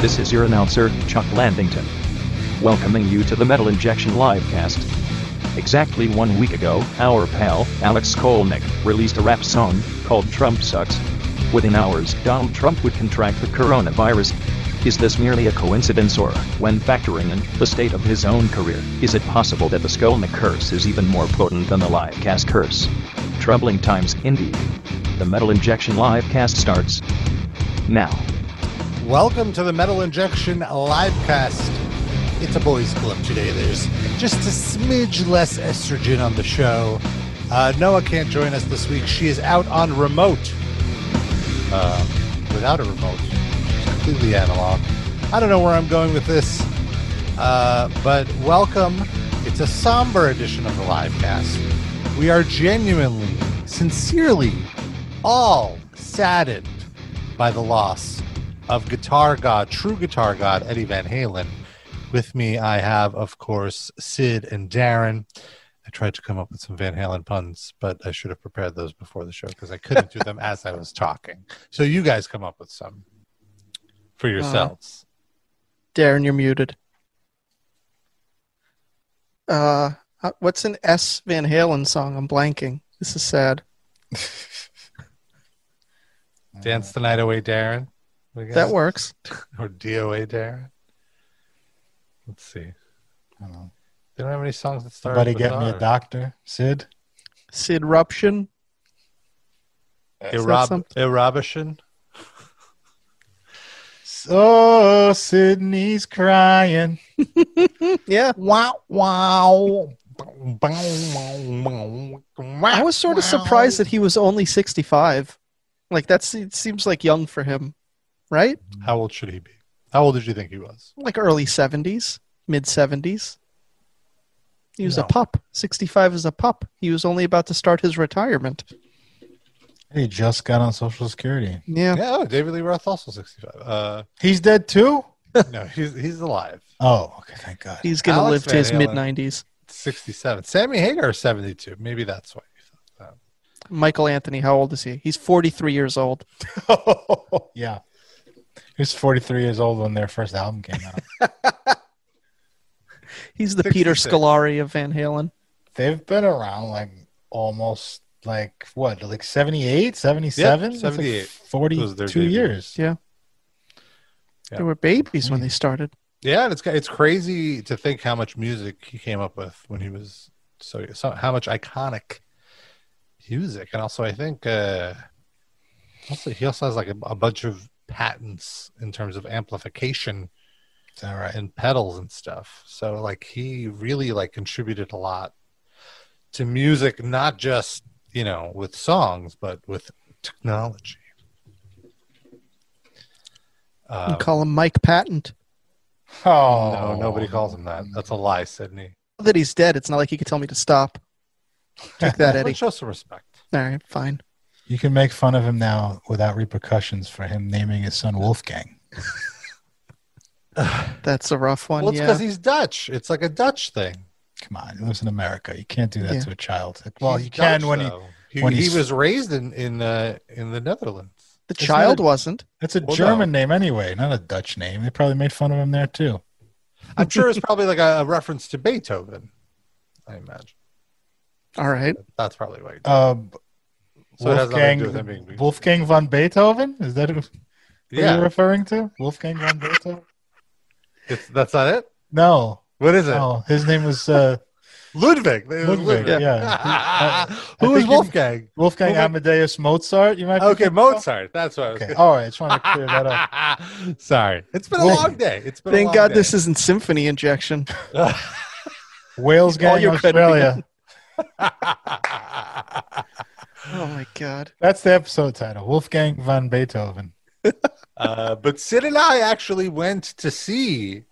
This is your announcer, Chuck Landington, welcoming you to the Metal Injection Livecast. Exactly one week ago, our pal, Alex Kolnick, released a rap song called Trump Sucks. Within hours, Donald Trump would contract the coronavirus. Is this merely a coincidence, or, when factoring in the state of his own career, is it possible that the Skolnick curse is even more potent than the Livecast curse? Troubling times, indeed. The Metal Injection Livecast starts now. Welcome to the Metal Injection Livecast. It's a boys' club today. There's just a smidge less estrogen on the show. Uh, Noah can't join us this week. She is out on remote. Uh, without a remote, she's completely analog. I don't know where I'm going with this, uh, but welcome. It's a somber edition of the livecast. We are genuinely, sincerely, all saddened by the loss of guitar god, true guitar god, Eddie Van Halen. With me, I have, of course, Sid and Darren. I tried to come up with some Van Halen puns, but I should have prepared those before the show because I couldn't do them as I was talking. So you guys come up with some for yourselves. Darren, you're muted. Uh, uh, what's an S Van Halen song? I'm blanking. This is sad. Dance the night away, Darren. I guess. That works. or DOA, Darren. Let's see. I don't know. They don't have any songs that start. Somebody with get me R. a doctor, Sid. Sid Ruption. that Erob- something? Erobishin. Oh, Sydney's crying. Yeah. Wow, wow. I was sort of surprised that he was only 65. Like, that's, it seems like young for him, right? How old should he be? How old did you think he was? Like early 70s, mid 70s. He was a No. pup. 65 is a pup. He was only about to start his retirement. He just got on Social Security. Yeah. Yeah, oh, David Lee Roth also sixty-five. Uh, He's dead too. no, he's he's alive. Oh, okay, thank God. He's going to Alex live to Van his Halen. mid 90s. Sixty-seven. Sammy Hagar is seventy-two. Maybe that's why you thought Michael Anthony, how old is he? He's 43 years old. yeah, he was 43 years old when their first album came out. He's the Peter 66. Scolari of Van Halen. They've been around like almost like what, like 78, 77, That's like 78 was their 42 debut. years. Yeah. Yeah. Mm. They were babies when they started. that. Yeah, and it's it's crazy to think how much music he came up with when he was so, so how much iconic music, and also I think uh, also he also has like a, a bunch of patents in terms of amplification uh, Is that right? and pedals and stuff. So like he really like contributed a lot to music, not just you know with songs, but with technology. You Uh, call him Mike Patent. Oh no, nobody calls him that. That's a lie, Sydney. Now that he's dead, it's not like he could tell me to stop. Take that, Eddie. Let's show some respect. All right, fine. You can make fun of him now without repercussions for him naming his son Wolfgang. That's a rough one. Well, it's yeah. because he's Dutch. It's like a Dutch thing. Come on, he lives in America. You can't do that Yeah. to a child. Well, He's you can Dutch, when he. though. he, when he he's- was raised in in uh, in the Netherlands. the it's child not a- wasn't. That's a Well, German name anyway, not a Dutch name. They probably made fun of him there too. I'm sure it's probably like a, a reference to Beethoven. I imagine All right. that's probably why. Uh, b- So it has nothing to do with him Wolfgang being- Wolfgang von Beethoven is that who Yeah, you're referring to? Wolfgang von Beethoven? It's, that's not it. No, What is it? no, his name was uh, Ludwig. It was Ludwig, yeah. I Who is think you- Wolfgang? Wolfgang Wolfgang- Amadeus Mozart. You might be Okay, thinking Mozart. That's what I of? was. Okay, all right, I just wanted to clear that up. Sorry, it's been a Wolf- long day. It's been. a Thank long God day. this isn't symphony injection. Wales All gang you're cutting Australia. Oh my God. That's the episode title. Wolfgang von Beethoven. uh, but Sid and I actually went to see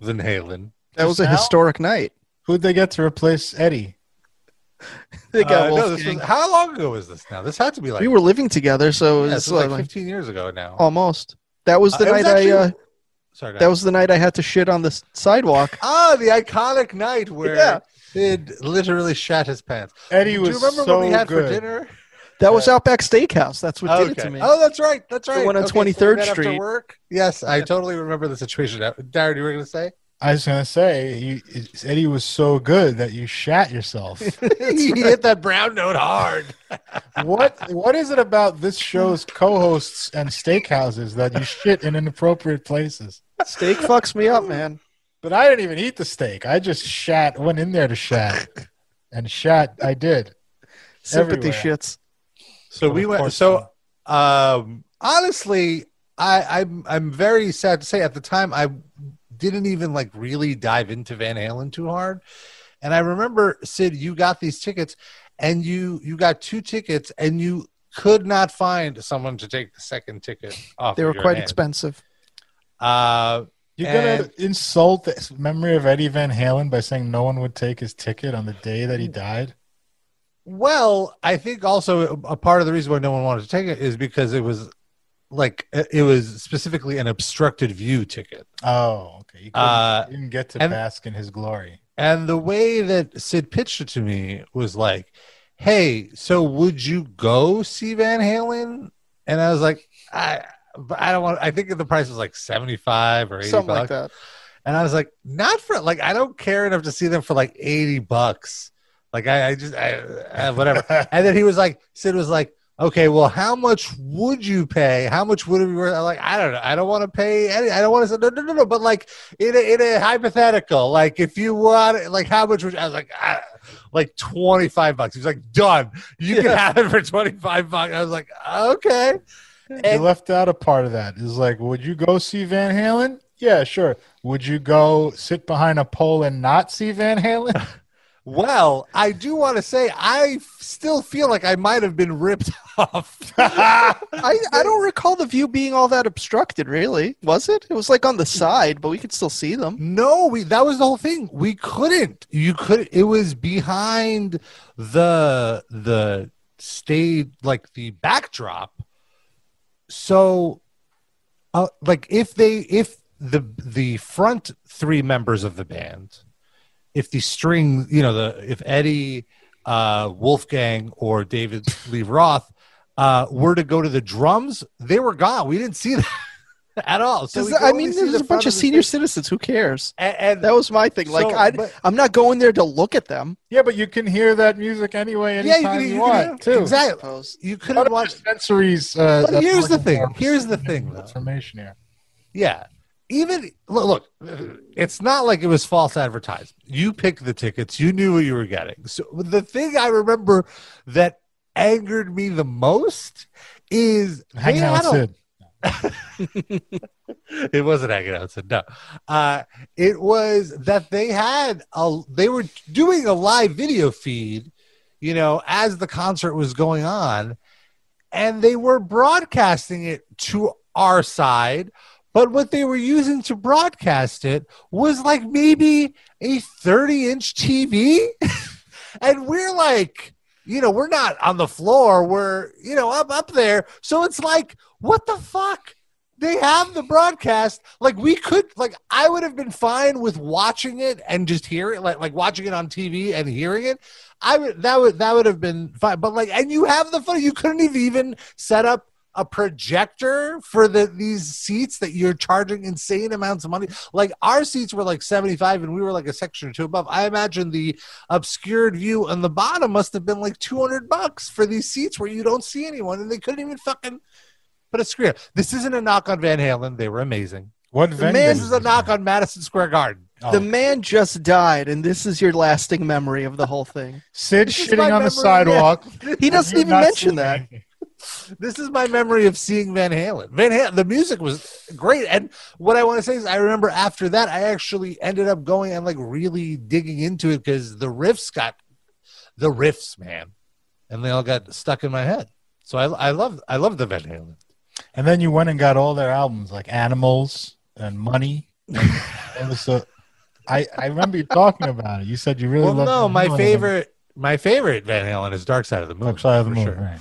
Van Halen. That was a Just now? historic night. Who'd they get to replace Eddie? They Uh, got no, this Wolfgang. was- how long ago was this now? This had to be like we were living together, so yeah, it this was was like, like 15 years ago now. almost. That was the Uh, it was night I. Uh, actually- Sorry, go that ahead. was the night I had to shit on the s- sidewalk. ah the iconic night where Yeah. Sid literally shat his pants. Eddie Do was you remember so what we had good. for dinner? That was Outback Steakhouse. That's what did it to me. Oh, that's right. That's right. one on Okay, 23rd right after Street. work? Yes, I totally remember the situation. Now, Darren, you were going to say? I was gonna say, you, it's- Eddie was so good that you shat yourself. you hit that brown note hard. what What is it about this show's co-hosts and steakhouses that you shit in inappropriate places? Steak fucks me up, man. But I didn't even eat the steak. I just shat. Went in there to shat, and shat. I did. Sympathy Everywhere. shits. So we Of went. course So um, honestly, I, I'm I'm very sad to say at the time I didn't even like really dive into Van Halen too hard, and I remember Sid, you got these tickets, and you you got two tickets, and you could not find someone to take the second ticket off. They of were your quite hand. expensive. Uh, You're And- gonna insult the memory of Eddie Van Halen by saying no one would take his ticket on the day that he died. Well, I think also a part of the reason why no one wanted to take it is because it was like it was specifically an obstructed view ticket. Oh, okay. You couldn't, Uh, didn't get to and- bask in his glory. And the way that Sid pitched it to me was like, "Hey, so would you go see Van Halen?" And I was like, "I, but I don't want." I think the price was like seventy-five or eighty Something bucks. like that. And I was like, "Not for like I don't care enough to see them for like eighty bucks. Like I, I just I, I, whatever." And then he was like, Sid was like, okay, well, how much would you pay? How much would it be worth? I'm like, I don't know. I don't want to pay any. I don't want to say, no, no, no, no. But like in a, in a hypothetical, like if you want, like how much would I was like, I, like 25 bucks. He's like, done. You can Yeah. have it for 25 bucks. I was like, okay. you And- left out a part of that. It's like, would you go see Van Halen? Yeah, sure. Would you go sit behind a pole and not see Van Halen? Well, I do want to say I f- still feel like I might have been ripped off. I, I don't recall the view being all that obstructed, really. Was it? It was like on the side, but we could still see them. No, we that was the whole thing. We couldn't. You could it was behind the the stage like the backdrop. So uh, like if they if the the front three members of the band, if the string, you know, the if Eddie, uh Wolfgang or David Lee Roth uh were to go to the drums, they were gone. We didn't see that at all. So Does- we could I only mean, see there's the a front bunch of the senior stage. citizens. Who cares? And, and That was my thing. Like, So, I, but- I'm not going there to look at them. yeah, but you can hear that music anyway anytime you, want, too. Exactly. Suppose. You A lot couldn't of watch. sensories. Uh, But that's here's the looking thing. for Here's the thing, though. Information here. Yeah. Even look, look, it's not like it was false advertising. You picked the tickets. You knew what you were getting. So the thing I remember that angered me the most is Hang they out had a- with Sid. it wasn't hanging out. So no, uh, it was that they had a they were doing a live video feed, you know, as the concert was going on, and they were broadcasting it to our side. But what they were using to broadcast it was like maybe a 30 inch TV. and we're like, you know, we're not on the floor. We're, you know, up up there. So it's like, what the fuck? They have the broadcast. Like we could like I would have been fine with watching it and just hear it, like like watching it on TV and hearing it. I would that would that would have been fine. But like and you have the footage. You couldn't have even set up a projector for the these seats that you're charging insane amounts of money. Like our seats were like 75 and we were like a section or two above. I imagine the obscured view on the bottom must have been like 200 bucks for these seats where you don't see anyone and they couldn't even fucking put a screen. up. This isn't a knock on Van Halen. They were amazing. What The venue? man is is a this knock in? on Madison Square Garden. Oh. The man just died, and this is your lasting memory of the whole thing. Sid This is shitting my on memory, the sidewalk. He doesn't You're even not mention seeing Oh, that. anything. this is my memory of seeing Van Halen. Van Halen, the music was great, and what I want to say is, I remember after that, I actually ended up going and like really digging into it because the riffs got the riffs, man, and they all got stuck in my head. So I, I love, I love the Van Halen. And then you went and got all their albums, like Animals and Money. it was a, I, I remember you talking about it. You said you really well, loved no, Van my Halen. favorite, my favorite Van Halen is Dark Side of the Moon. Dark Side of the for Moon. sure. right.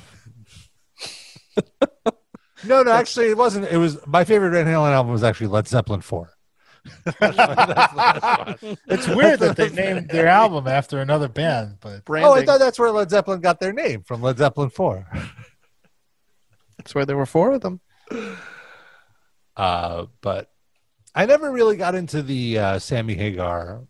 No, no, actually, it wasn't. It was my favorite Van Halen album was actually Led Zeppelin Four. Oh, That's the best one. It's weird that they named their album after another band, but Branding. Oh, I thought that's where Led Zeppelin got their name from Led Zeppelin 4. That's why there were four of them. Uh, but I never really got into the uh, Sammy Hagar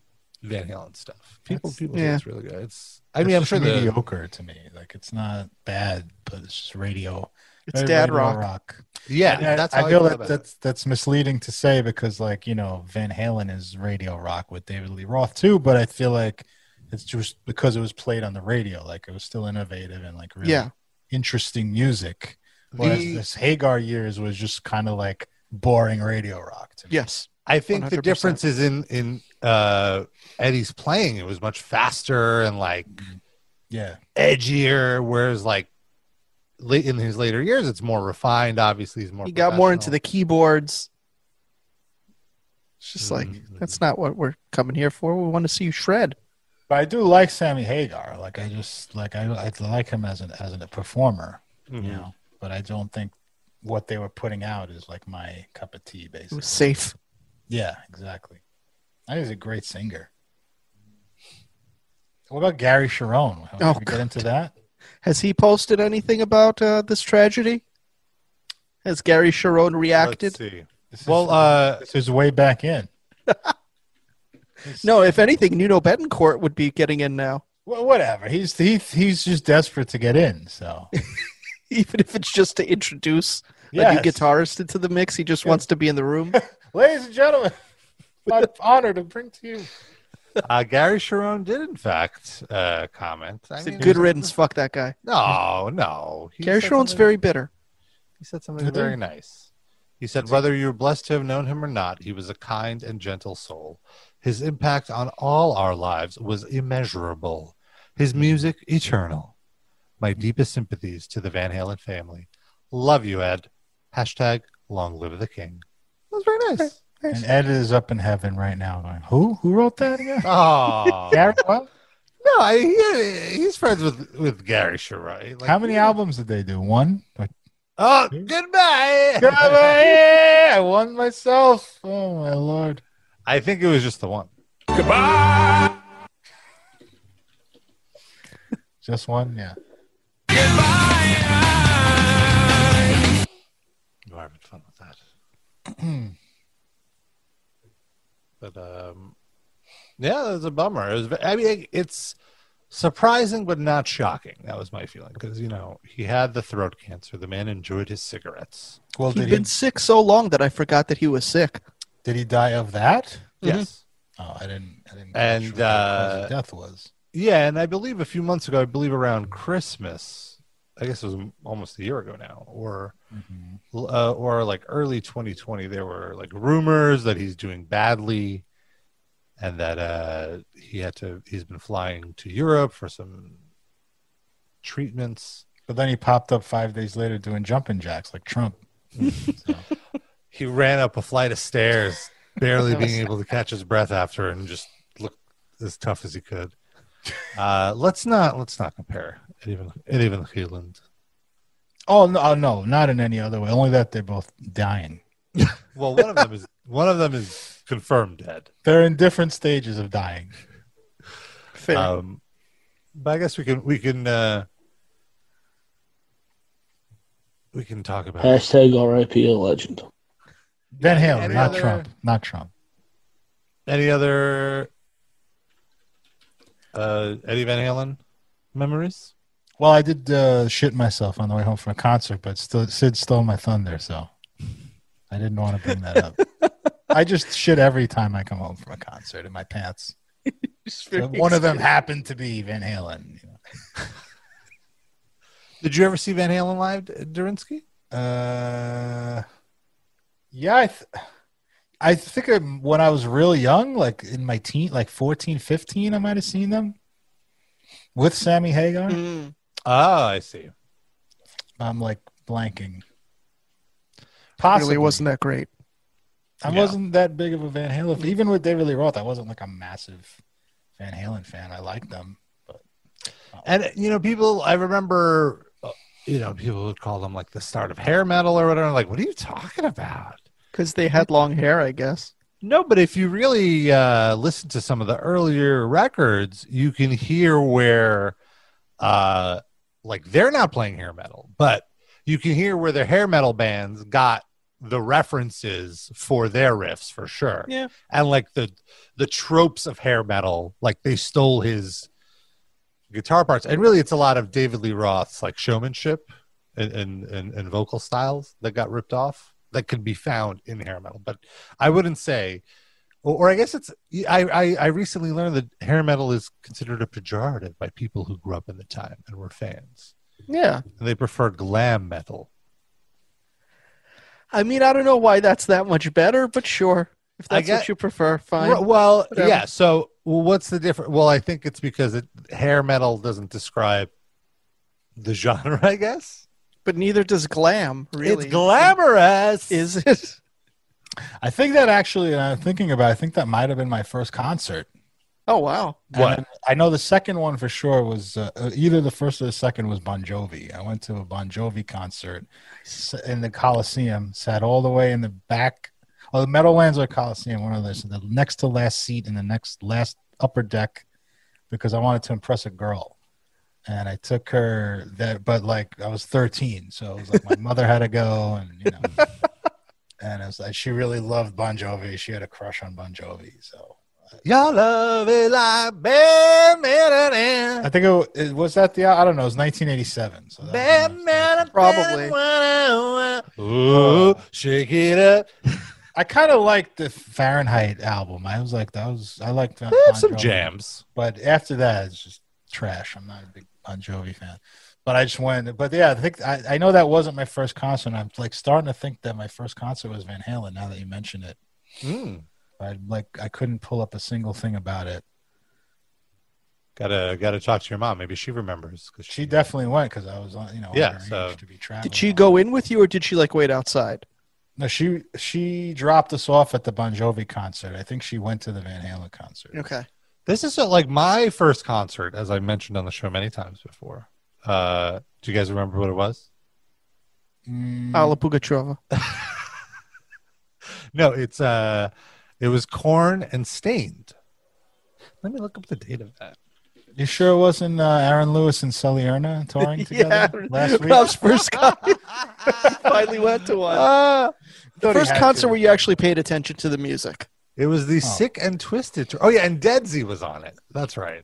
Van Halen stuff. People, That's- people yeah. think it's really good. It's, I mean, I'm sure the, mediocre to me. Like it's not bad, but it's just radio. It's very dad radio rock. yeah, And I- that's how I feel feel that about it. that's that's misleading to say because like you know Van Halen is radio rock with David Lee Roth too, but I feel like it's just because it was played on the radio, like it was still innovative and like really Yeah. interesting music. Whereas The- this Hagar years was just kind of like boring radio rock to me. Yes. I think the 100%. difference is in in uh, Eddie's playing. It was much faster and like Yeah. edgier, whereas like late in his later years, it's more refined. Obviously, he's more. He got more into professional. the keyboards. It's just like Mm-hmm. Mhm. that's not what we're coming here for. We want to see you shred. But I do like Sammy Hagar. Like I just like I, I like him as an as a performer, you know. But I don't think what they were putting out is like my cup of tea. It Basically, was safe. yeah, exactly. I think he's a great singer. What about Gary Sharon? How Oh, oh, we get into that? Has he posted anything about uh, this tragedy? Has Gary Sharon Let's reacted? see. This is- Well, uh, this is way back in. No, if anything, Nuno Betancourt would be getting in now, Well, whatever. He's he, he's just desperate to get in. So even if it's just to introduce a new Yes. guitarist into the mix. He just wants to be in the room. ladies and gentlemen, my honor to bring to you uh, Gary Sharon did, in fact, uh, comment. I mean, Good riddance. Fuck that guy. No, no. He Gary said Sharon's something- very bitter. He said something Did he? very nice. He said, whether you're blessed to have known him or not, he was a kind and gentle soul. His impact on all our lives was immeasurable. His music eternal. My deepest sympathies to the Van Halen family. Love you, Ed. Hashtag long live the king. That was very nice. And Ed is up in heaven right now going, Who? Who wrote that again? Oh Gary, what? no, I, he, he's friends with with Gary Sharon. Like, How many albums did they do? One? Like, Oh, goodbye. I won myself. Oh, my Lord. I think it was just the one. Just one? Yeah. You are having fun with that. but um, yeah, that's a bummer. It was, I mean, it's surprising but not shocking. That was my feeling because you know he had the throat cancer. The man enjoyed his cigarettes. Well, He'd did been he, sick so long that I forgot that he was sick. did he die of that? Yes. Oh, I didn't. I didn't. And, sure what the cause uh, of death was. Yeah, and I believe a few months ago, I believe around Christmas, I guess it was almost a year ago now, or Mhm. uh, or like early 2020 there were like rumors that he's doing badly and that uh he had to he's been flying to europe for some treatments But then he popped up five days later doing jumping jacks like Trump. So, he ran up a flight of stairs barely That was- being able to catch his breath after and just looked as tough as he could uh let's not let's not compare Eddie Van, Eddie Van Halen. oh, no, oh, no. Not in any other way. Only that they're both dying. well one of them is one of them is confirmed dead They're in different stages of dying. Fair. Oh. Um, but I guess we can we can uh, we can talk about Hashtag RIP a legend. Van Yeah, Halen, any not other- Trump. Not Trump. any other uh, Eddie Van Halen memories. Well, I did uh, shit myself on the way home from a concert, but still, Sid stole my thunder, so I didn't want to bring that up. I just shit every time I come home from a concert in my pants. But one of them happened to be Van Halen. You Did you ever see Van Halen live, Durinsky? know. uh, yeah, I, th- I think I, when I was real young, like in my teen, like 14, 15, I might have seen them with Sammy Hagar. Mm. Oh, I see. I'm like blanking. Really wasn't that great. I Yeah. wasn't that big of a Van Halen. fan. Even with David Lee Roth, I wasn't like a massive Van Halen fan. I liked them, but And you know, people. I remember, uh, you know, people would call them like the start of hair metal or whatever. I'm like, what are you talking about? Because they had long hair, I guess. No, but if you really uh, listen to some of the earlier records, you can hear where, uh, like, they're not playing hair metal, but you can hear where the hair metal bands got the references for their riffs for sure. Yeah. And like the the tropes of hair metal, like they stole his guitar parts. And really it's a lot of David Lee Roth's like showmanship and and, and, and vocal styles that got ripped off that can be found in hair metal. But I wouldn't say or, or I guess it's I, I I recently learned that hair metal is considered a pejorative by people who grew up in the time and were fans. Yeah. And they prefer glam metal. I mean, I don't know why that's that much better, but sure. If I that's get- what you prefer, fine. Well, well Whatever. yeah. So well, what's the difference? Well, I think it's because it, hair metal doesn't describe the genre. I guess But neither does glam, really. it's glamorous. Is it? I think that actually, and I'm thinking about. it, I think that might have been my first concert. Oh, wow. What? And I know the second one for sure was uh, either the first or the second was Bon Jovi. I went to a Bon Jovi concert s- in the Coliseum, sat all the way in the back. Oh, the Meadowlands or Coliseum, one of those, the next to last seat in the next last upper deck, because I wanted to impress a girl, and I took her that. But like I was 13, so it was like my mother had to go, and you know, and it was like she really loved Bon Jovi. She had a crush on Bon Jovi, so. Your love is like bam, bam, I bam, think it, wa- it was that the I don't know. It was 1987. So that bam, bam, Probably. Uh. bam, bam. Ooh, shake it up. I kind of liked the Fahrenheit album. I was like, that was I liked that. They have Bon some Jovi. jams. but after that, it's just trash. I'm not a big Bon Jovi fan, but I just went. But yeah, I think I, I know that wasn't my first concert. and I'm like starting to think that my first concert was Van Halen. Now that you mention it, Mm. I like I couldn't pull up a single thing about it. Gotta gotta talk to your mom. Maybe she remembers because She definitely went because I was on, you know, Yeah, underage so- to be traveling. Did she go in with you or did she, like, wait outside? No, she she dropped us off at the Bon Jovi concert. I think she went to the Van Halen concert. Okay. This is uh, like my first concert, as I mentioned on the show many times before. Uh, do you guys remember what it was? Mm, Alla Pugacheva. No, it's uh, it was corn and stained. Let me look up the date of that. you sure it wasn't uh, Aaron Lewis and Sully Erna touring yeah. together last week? Rob's first concert. Finally went to one. Uh, the Thought he first had concert to. where you actually paid attention to the music. it was the sick and twisted tour. Oh yeah, and Deadsy was on it. That's right.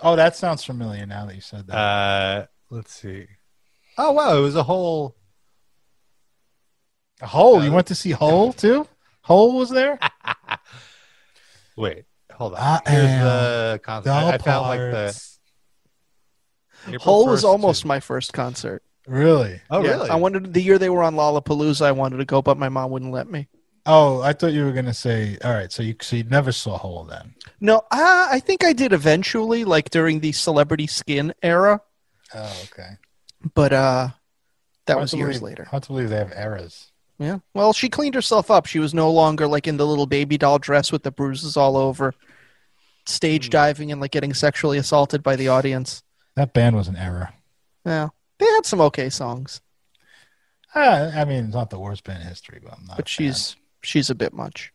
Oh, that sounds familiar now that you said that. Uh, let's see. Oh wow, it was a whole. Hole, you uh, went to see Hole too? Hole was there? Wait, hold on. I Here's am the concert. I, I found like the. Parts. April Hole was 1st to- almost my first concert. Really? Oh Yeah, really? I wanted the year they were on Lollapalooza. I wanted to go, but my mom wouldn't let me. Oh, I thought you were gonna say. All right, so you so you never saw Hole then? No, I, I think I did eventually, like during the celebrity skin era, Oh, okay. but uh, that Hard was to years believe- later. Hard to believe they have eras. Yeah. Well, she cleaned herself up. She was no longer like in the little baby doll dress with the bruises all over, Hmm. stage diving and like getting sexually assaulted by the audience. That band was an era. Yeah. They had some okay songs, Uh, I mean, it's not the worst band in history, but I'm not. but a fan. she's she's a bit much.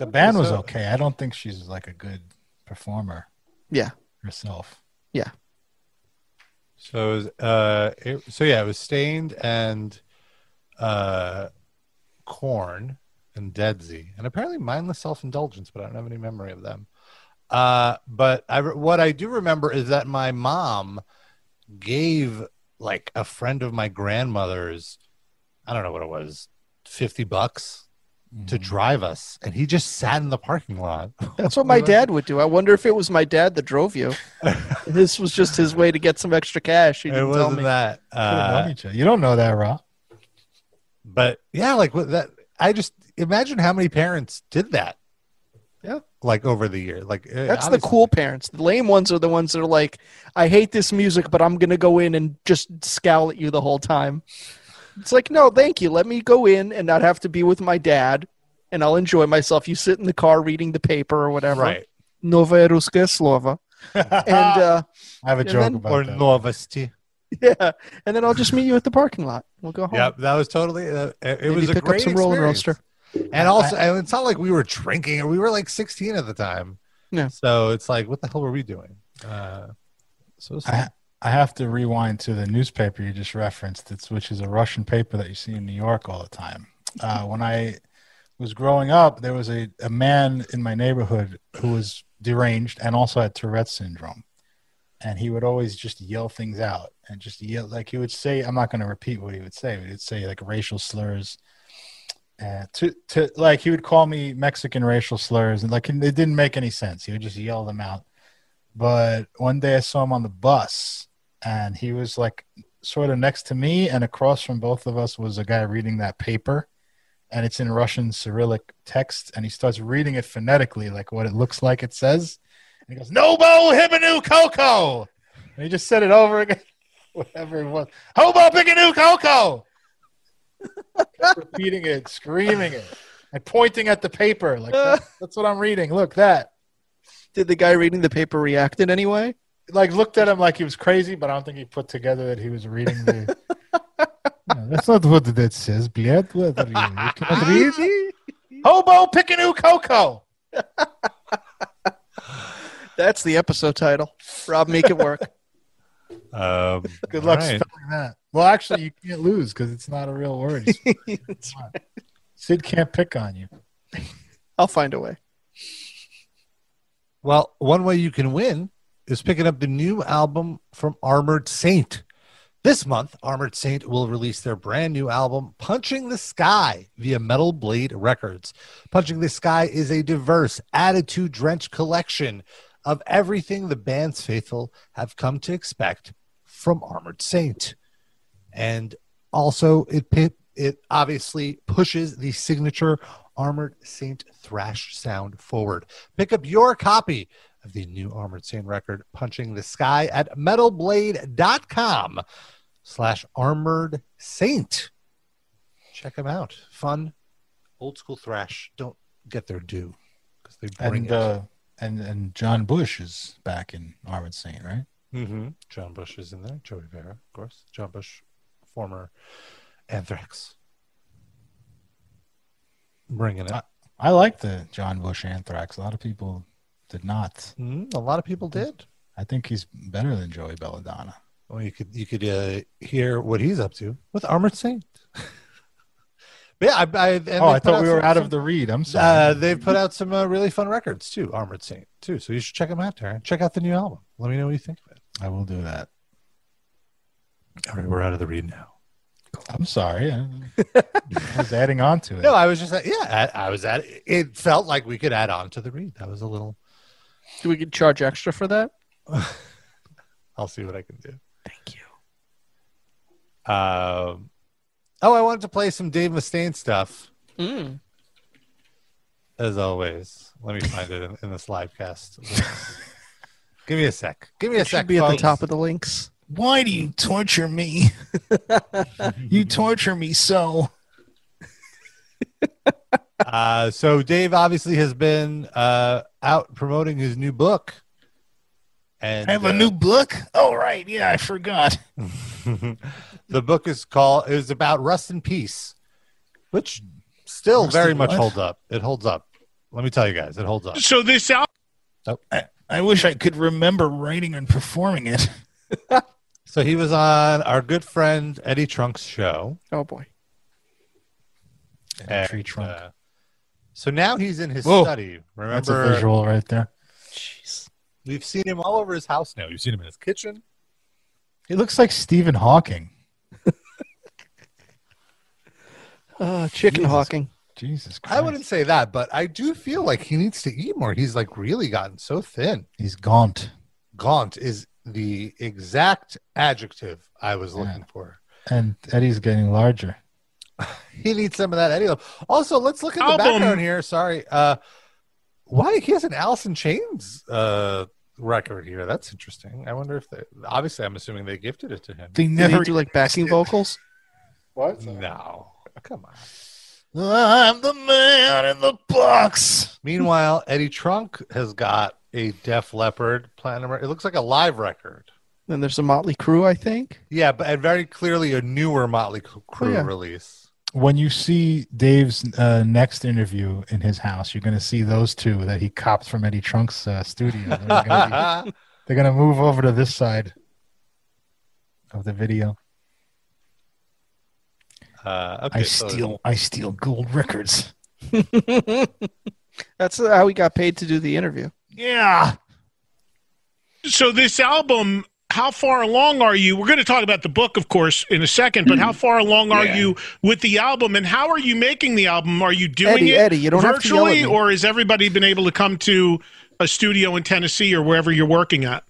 The band was So- okay. I don't think she's like a good performer. Yeah. Herself. So it was, uh, it, so yeah, it was stained and uh, corn and Deadsy, and apparently mindless self-indulgence, but I don't have any memory of them. Uh, but I, re- what I do remember is that my mom gave like a friend of my grandmother's, I don't know what it was, fifty bucks Mm-hmm. to drive us, and he just sat in the parking lot. That's what my dad would do. I wonder if it was my dad that drove you. this was just his way to get some extra cash. He It didn't tell wasn't me. that. Could've Uh, known each other. You don't know that, Rob. but yeah like with that i just imagine how many parents did that Yeah. like over the year like eh, That's the honestly, cool parents. The lame ones are the ones that are like, I hate this music, but I'm going to go in and just scowl at you the whole time. It's like, no, thank you. Let me go in and not have to be with my dad, and I'll enjoy myself. You sit in the car reading the paper or whatever. right Nova Ruska Slova. Ah. And uh, I have a And joke then- about or that. novosti yeah, and then I'll just meet you at the parking lot. We'll go home. yep that was totally uh, it- it Maybe was a pick up great some roll and experience. roaster. And also, and it's not like we were drinking. We were like 16 at the time. Yeah. So it's like, what the hell were we doing? Uh, so it's- I, I have to rewind to the newspaper you just referenced, it's, which is a Russian paper that you see in New York all the time. Uh, when I was growing up, there was a, a man in my neighborhood who was deranged and also had Tourette's syndrome. And he would always just yell things out and just yell. Like he would say, I'm not going to repeat what he would say, but he would say like racial slurs. Uh, to, to like he would call me Mexican racial slurs and like it didn't make any sense. He would just yell them out but one day I saw him on the bus and he was like sort of next to me and across from both of us was a guy reading that paper and it's in Russian Cyrillic text and he starts reading it phonetically like what it looks like it says and he goes Nobo Hibinu Coco and he just said it over again whatever it was Hobo Biganu Coco Kept repeating it screaming it and pointing at the paper like "That- that's what I'm reading look that Did the guy reading the paper react in any way? like looked at him like he was crazy, but I don't think he put together that he was reading the. No, that's not what that says, Bled. What are you? You cannot read? Hobo picking new cocoa. That's the episode title. Rob, make it work. um, Good all luck right. spelling that. Well, actually, you can't lose because it's not a real word. It's- Sid can't pick on you. I'll find a way. Well, one way you can win is picking up the new album from Armored Saint. This month, Armored Saint will release their brand new album, Punching the Sky, via Metal Blade Records. Punching the Sky is a diverse, attitude drenched collection of everything the band's faithful have come to expect from Armored Saint. And also, it, pi- it obviously pushes the signature Armored Saint thrash sound forward. Pick up your copy of the new Armored Saint record, Punching the Sky, at metalblade.com slash armored saint. Check them out. Fun, old school thrash. Don't get their due because they bring And it. uh, and and John Bush is back in Armored Saint, right? Mm-hmm. John Bush is in there. Joey Vera, of course. John Bush, former Anthrax. Bringing it. I like the John Bush Anthrax. A lot of people did not. Mm, a lot of people did. I think he's better than Joey Belladonna. Well, you could you could uh, hear what he's up to with Armored Saint. but yeah, I, I and oh, they I put thought out we were some- out some- of the read. I'm sorry. Uh, they've put out some uh, really fun records too, Armored Saint too. So you should check them out, Taryn. Check out the new album. Let me know what you think of it. I will do that. All right, we're out of the read now. I'm sorry. I I was adding on to it. No, I was just yeah, I, I was at it. Felt like we could add on to the read. That was a little. Do we get charge extra for that? I'll see what I can do. Thank you. Um, oh, I wanted to play some Dave Mustaine stuff Mm. as always. Let me find it in, in this live cast. Give me a sec. Give me a It sec. should be at the folks. top of the links. Why do you torture me? you torture me so. Uh, so Dave obviously has been uh, out promoting his new book. And I have uh, a new book? Oh, right. Yeah, I forgot. the book is called. It was about Rust in Peace, which still Rust very in much what? holds up. It holds up. Let me tell you guys, it holds up. So this out. Oh. I wish I could remember writing and performing it. So he was on our good friend Eddie Trunk's show. Oh boy. And a tree And, trunk. uh, so now he's in his Whoa. study. That's a Remember, visual right there. Jeez. we've seen him all over his house now. You've seen him in his kitchen. He looks like Stephen Hawking. Uh, chicken Jesus. hawking. Jesus Christ. I wouldn't say that, but I do feel like he needs to eat more. He's like really gotten so thin. He's gaunt. Gaunt is the exact adjective I was looking for. And Eddie's getting larger. He needs some of that Eddie love. Also, let's look at the Album. background here. Sorry. Uh, why he has an Alice in Chains uh, record here? That's interesting. I wonder if they. Obviously, I'm assuming they gifted it to him. They Did never. he do like backing vocals? What? No, come on. I'm the man in the box. Meanwhile, Eddie Trunk has got a Def Leopard platinum. It looks like a live record. Then there's a Motley Crew, I think. Yeah, but and very clearly a newer Motley Crue Oh, yeah. release. when you see Dave's uh, next interview in his house, you're going to see those two that he copped from Eddie Trunk's uh, studio. They're gonna All be- they're going to move over to this side of the video. Uh, okay, I so- steal, I steal gold records. That's how he got paid to do the interview. Yeah. So this album, how far along are you? We're going to talk about the book, of course, in a second. But Hmm. how far along are Yeah. you with the album, and how are you making the album? Are you doing Eddie, it Eddie, you don't have to yell at virtually, me. or has everybody been able to come to a studio in Tennessee or wherever you're working at?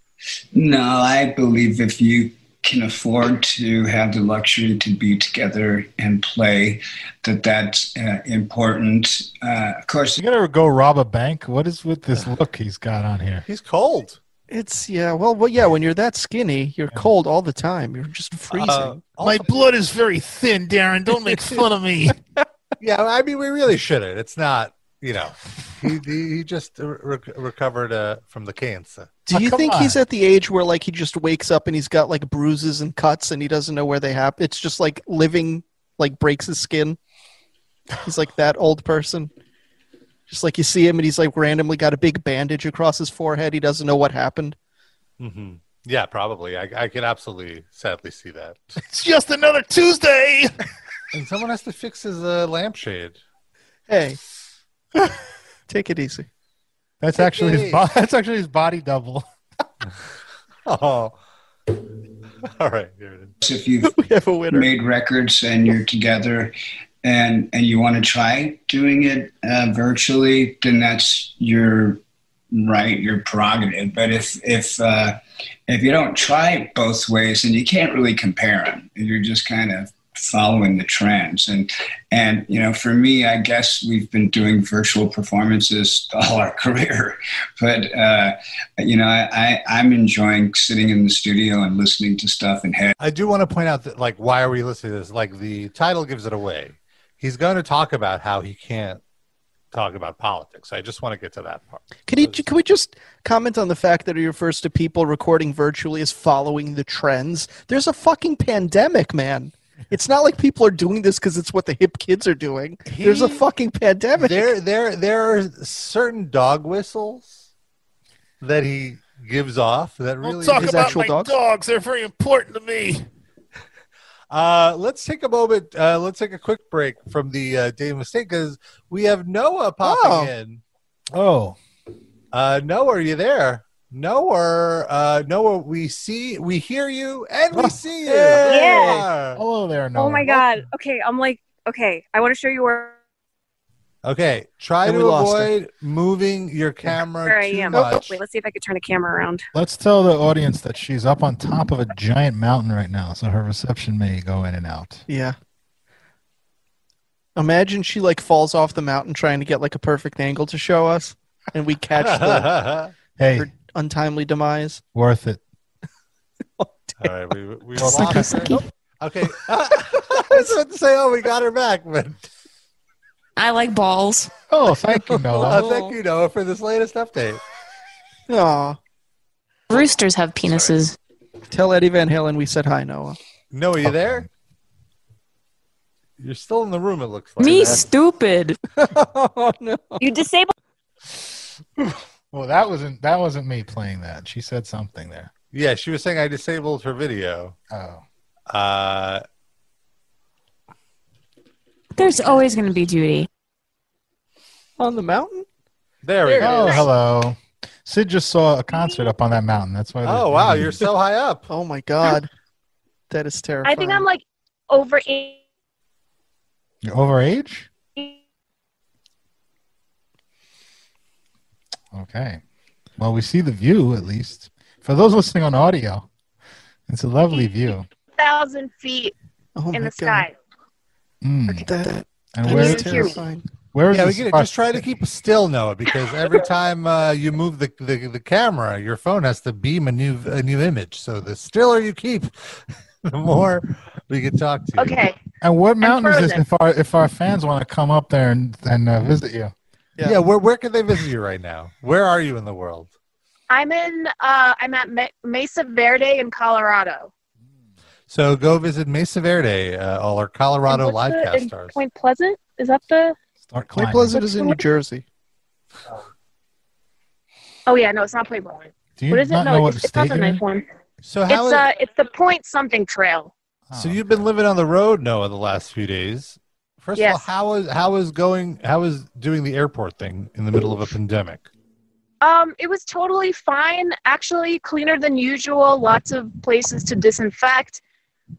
No, I believe if you can afford to have the luxury to be together and play, that that's uh, important. Uh, of course, You got to go rob a bank. What is with this look he's got on here? He's cold. It's yeah, well, well, yeah. When you're that skinny, you're cold all the time. You're just freezing. Uh, My blood is very thin, Darren. Don't make fun of me. yeah, I mean, we really shouldn't. It's not, you know, he he he just re- recovered uh, from the cancer. Do Oh, you come think he's on. at the age where like he just wakes up and he's got like bruises and cuts and he doesn't know where they happen? It's just like living like breaks his skin. He's like that old person. Just like you see him and he's like randomly got a big bandage across his forehead. He doesn't know what happened. Mm-hmm. Yeah, probably. I, I can absolutely sadly see that. It's just another Tuesday. and someone has to fix his uh, lampshade. Hey. Take it easy. That's actually his. Bo- that's actually his body double. Oh. All right, here it is. if you've We have a winner. made records and you're together and and you want to try doing it uh, virtually then that's your right your prerogative but if if uh, if you don't try it both ways and you can't really compare them you're just kind of following the trends and and you know for me i guess we've been doing virtual performances all our career but uh you know i, I i'm enjoying sitting in the studio and listening to stuff and head I do want to point out that, like, why are we listening to this? Like, the title gives it away. He's going to talk about how he can't talk about politics. I just want to get to that part. Can you can we just comment on the fact that it refers to people recording virtually as following the trends? There's a fucking pandemic, man. It's not like people are doing this because it's what the hip kids are doing. There's a He- fucking pandemic. There, there, there are certain dog whistles that he gives off that Don't really. talk his about actual my dogs? dogs? They're very important to me. Uh, let's take a moment. Uh, let's take a quick break from the uh, day of mistake because we have Noah popping Oh. in. Oh, Uh, Noah, are you there? Noah, uh, Noah, we see, we hear you, and we see you. Yeah. You are. hello there, Noah. Oh my god. Okay, I'm like, okay, I want to show you where Okay, try And we to lost avoid moving your camera where I too am. Oh, much. wait, let's see if I could turn the camera around. Let's tell the audience that she's up on top of a giant mountain right now, so her reception may go in and out. Yeah. Imagine she like falls off the mountain trying to get like a perfect angle to show us, and we catch the Hey, her untimely demise. worth it. All right, we, we Just like lost her. Rosicki. Oh, okay, I was about to say, oh, we got her back, but I like balls. Oh, thank you, Noah. uh, thank you, Noah, for this latest update. Aw. Roosters have penises. Tell Eddie Van Halen we said hi, Noah. Noah, you there? You're still in the room. It looks like Uh, Me stupid. oh no. You disabled Well, that wasn't that wasn't me playing that. She said something there. Yeah, she was saying I disabled her video. Oh, Uh, There's always going to be Judy. On the mountain? there we go. oh, hello. Sid just saw a concert up on that mountain. That's why. there's- Oh wow, you're so high up. Oh my god. That is terrifying. I think I'm like over eight. You're over age. Okay. Well, we see the view at least. For those listening on audio, it's a lovely view. Thousand feet oh in my the sky. Mm. That And Can where you is hear me? terrifying. where is Yeah, we this get it. spot? Just try to keep still, Noah, because every time uh, you move the, the the camera, your phone has to beam a new a new image. So the stiller you keep, the more we can talk to you. Okay. And what mountain is this? frozen. If our if our fans want to come up there and and uh, visit you, Yeah. Yeah. where where can they visit you right now? Where are you in the world? I'm in uh I'm at Me- Mesa Verde in Colorado. So go visit Mesa Verde, uh, all our Colorado And what's the- livecast and stars. Point Pleasant? Is that the? Point Start climbing. Pleasant is in New Jersey. Oh yeah, no, it's not Point Pleasant. Do you what is it? not No, know it's, what it's not state the you're in? knife one. So it's how is- uh, it's the Point something trail. so you've been living on the road, Noah, the last few days. First of Yes. all, how is how is going how is doing the airport thing in the middle of a pandemic? Um, it was totally fine. Actually, cleaner than usual. Lots of places to disinfect.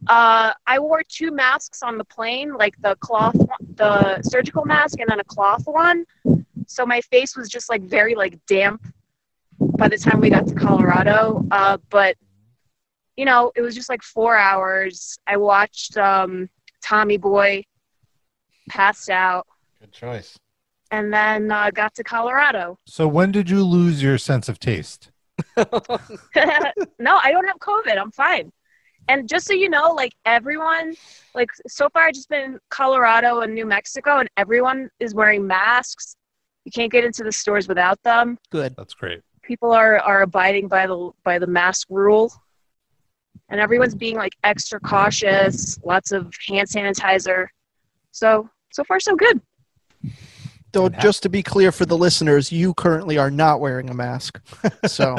Uh, I wore two masks on the plane, like the cloth, the surgical mask, and then a cloth one. So my face was just like very like damp by the time we got to Colorado. Uh, but you know, it was just like four hours. I watched um, Tommy Boy, passed out, Good choice. and then uh, got to Colorado. So when did you lose your sense of taste? no, I don't have COVID. I'm fine. And just so you know, like everyone, like so far, I've just been in Colorado and New Mexico, and everyone is wearing masks. You can't get into the stores without them. Good. That's great. People are, are abiding by the by the mask rule, and everyone's being like extra cautious. Lots of hand sanitizer. So so far so good. Though, just to be clear for the listeners, you currently are not wearing a mask. So,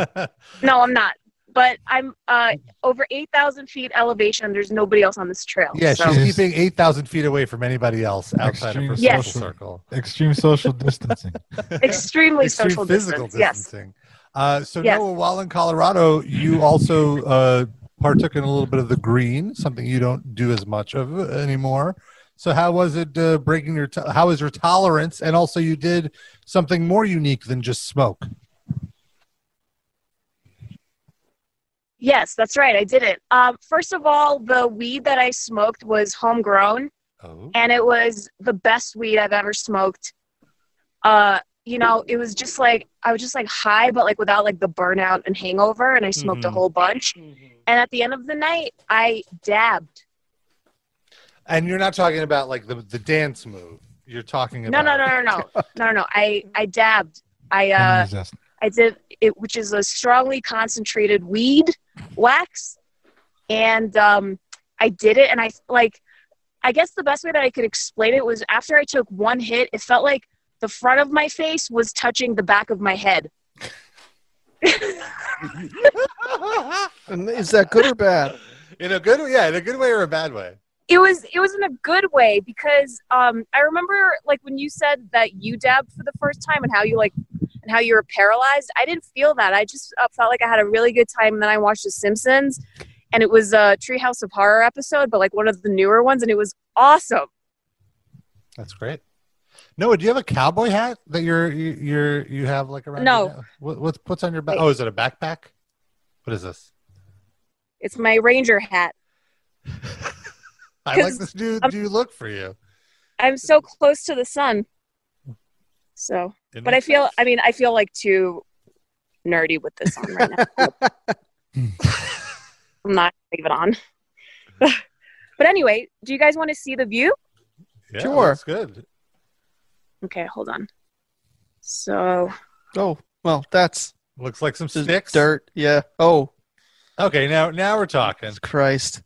No, I'm not. But I'm uh, over eight thousand feet elevation. There's nobody else on this trail. Yeah, so. she's keeping eight thousand feet away from anybody else outside of her Extreme Yes. social social- circle. Extreme social distancing. extremely Extreme social physical distance. Yes. distancing. Uh, so Yes. Noah, while in Colorado, you also uh, partook in a little bit of the green, something you don't do as much of uh, anymore. So how was it uh, breaking your? To- how is your tolerance? And also, you did something more unique than just smoke. Yes, that's right. I did it. Um, first of all, the weed that I smoked was homegrown, Oh, and it was the best weed I've ever smoked. Uh, you know, it was just like I was just like high, but like without like the burnout and hangover, and I smoked Mhm. a whole bunch. And at the end of the night, I dabbed. and you're not talking about like the the dance move. You're talking No, about no, no, no, no, no, no, no. I I dabbed. I uh, Zest. I did it, which is a strongly concentrated weed wax, and um, I did it. And I like, I guess the best way that I could explain it was after I took one hit, it felt like the front of my face was touching the back of my head. and is that good or bad? in a good yeah, in a good way or a bad way. It was it was in a good way because um, I remember like when you said that you dabbed for the first time and how you like and how you were paralyzed. I didn't feel that. I just uh, felt like I had a really good time. And then I watched The Simpsons, and it was a Treehouse of Horror episode, but like one of the newer ones, and it was awesome. That's great. Noah, do you have a cowboy hat that you're you- you're you have like around? No. your neck? What, what's what's on your back? Oh, is it a backpack? What is this? It's my ranger hat. I 'Cause like this new I'm- new look for you. I'm so close to the sun. So, It but I makes feel, I mean, I feel like too nerdy with this on right now. I'm not gonna leave it on. but anyway, do you guys want to see the view? Yeah, Sure. That's good. Okay, hold on. So, Oh, well, that's Looks like some just sticks. dirt. Yeah. Oh, Okay, now now we're talking. Christ.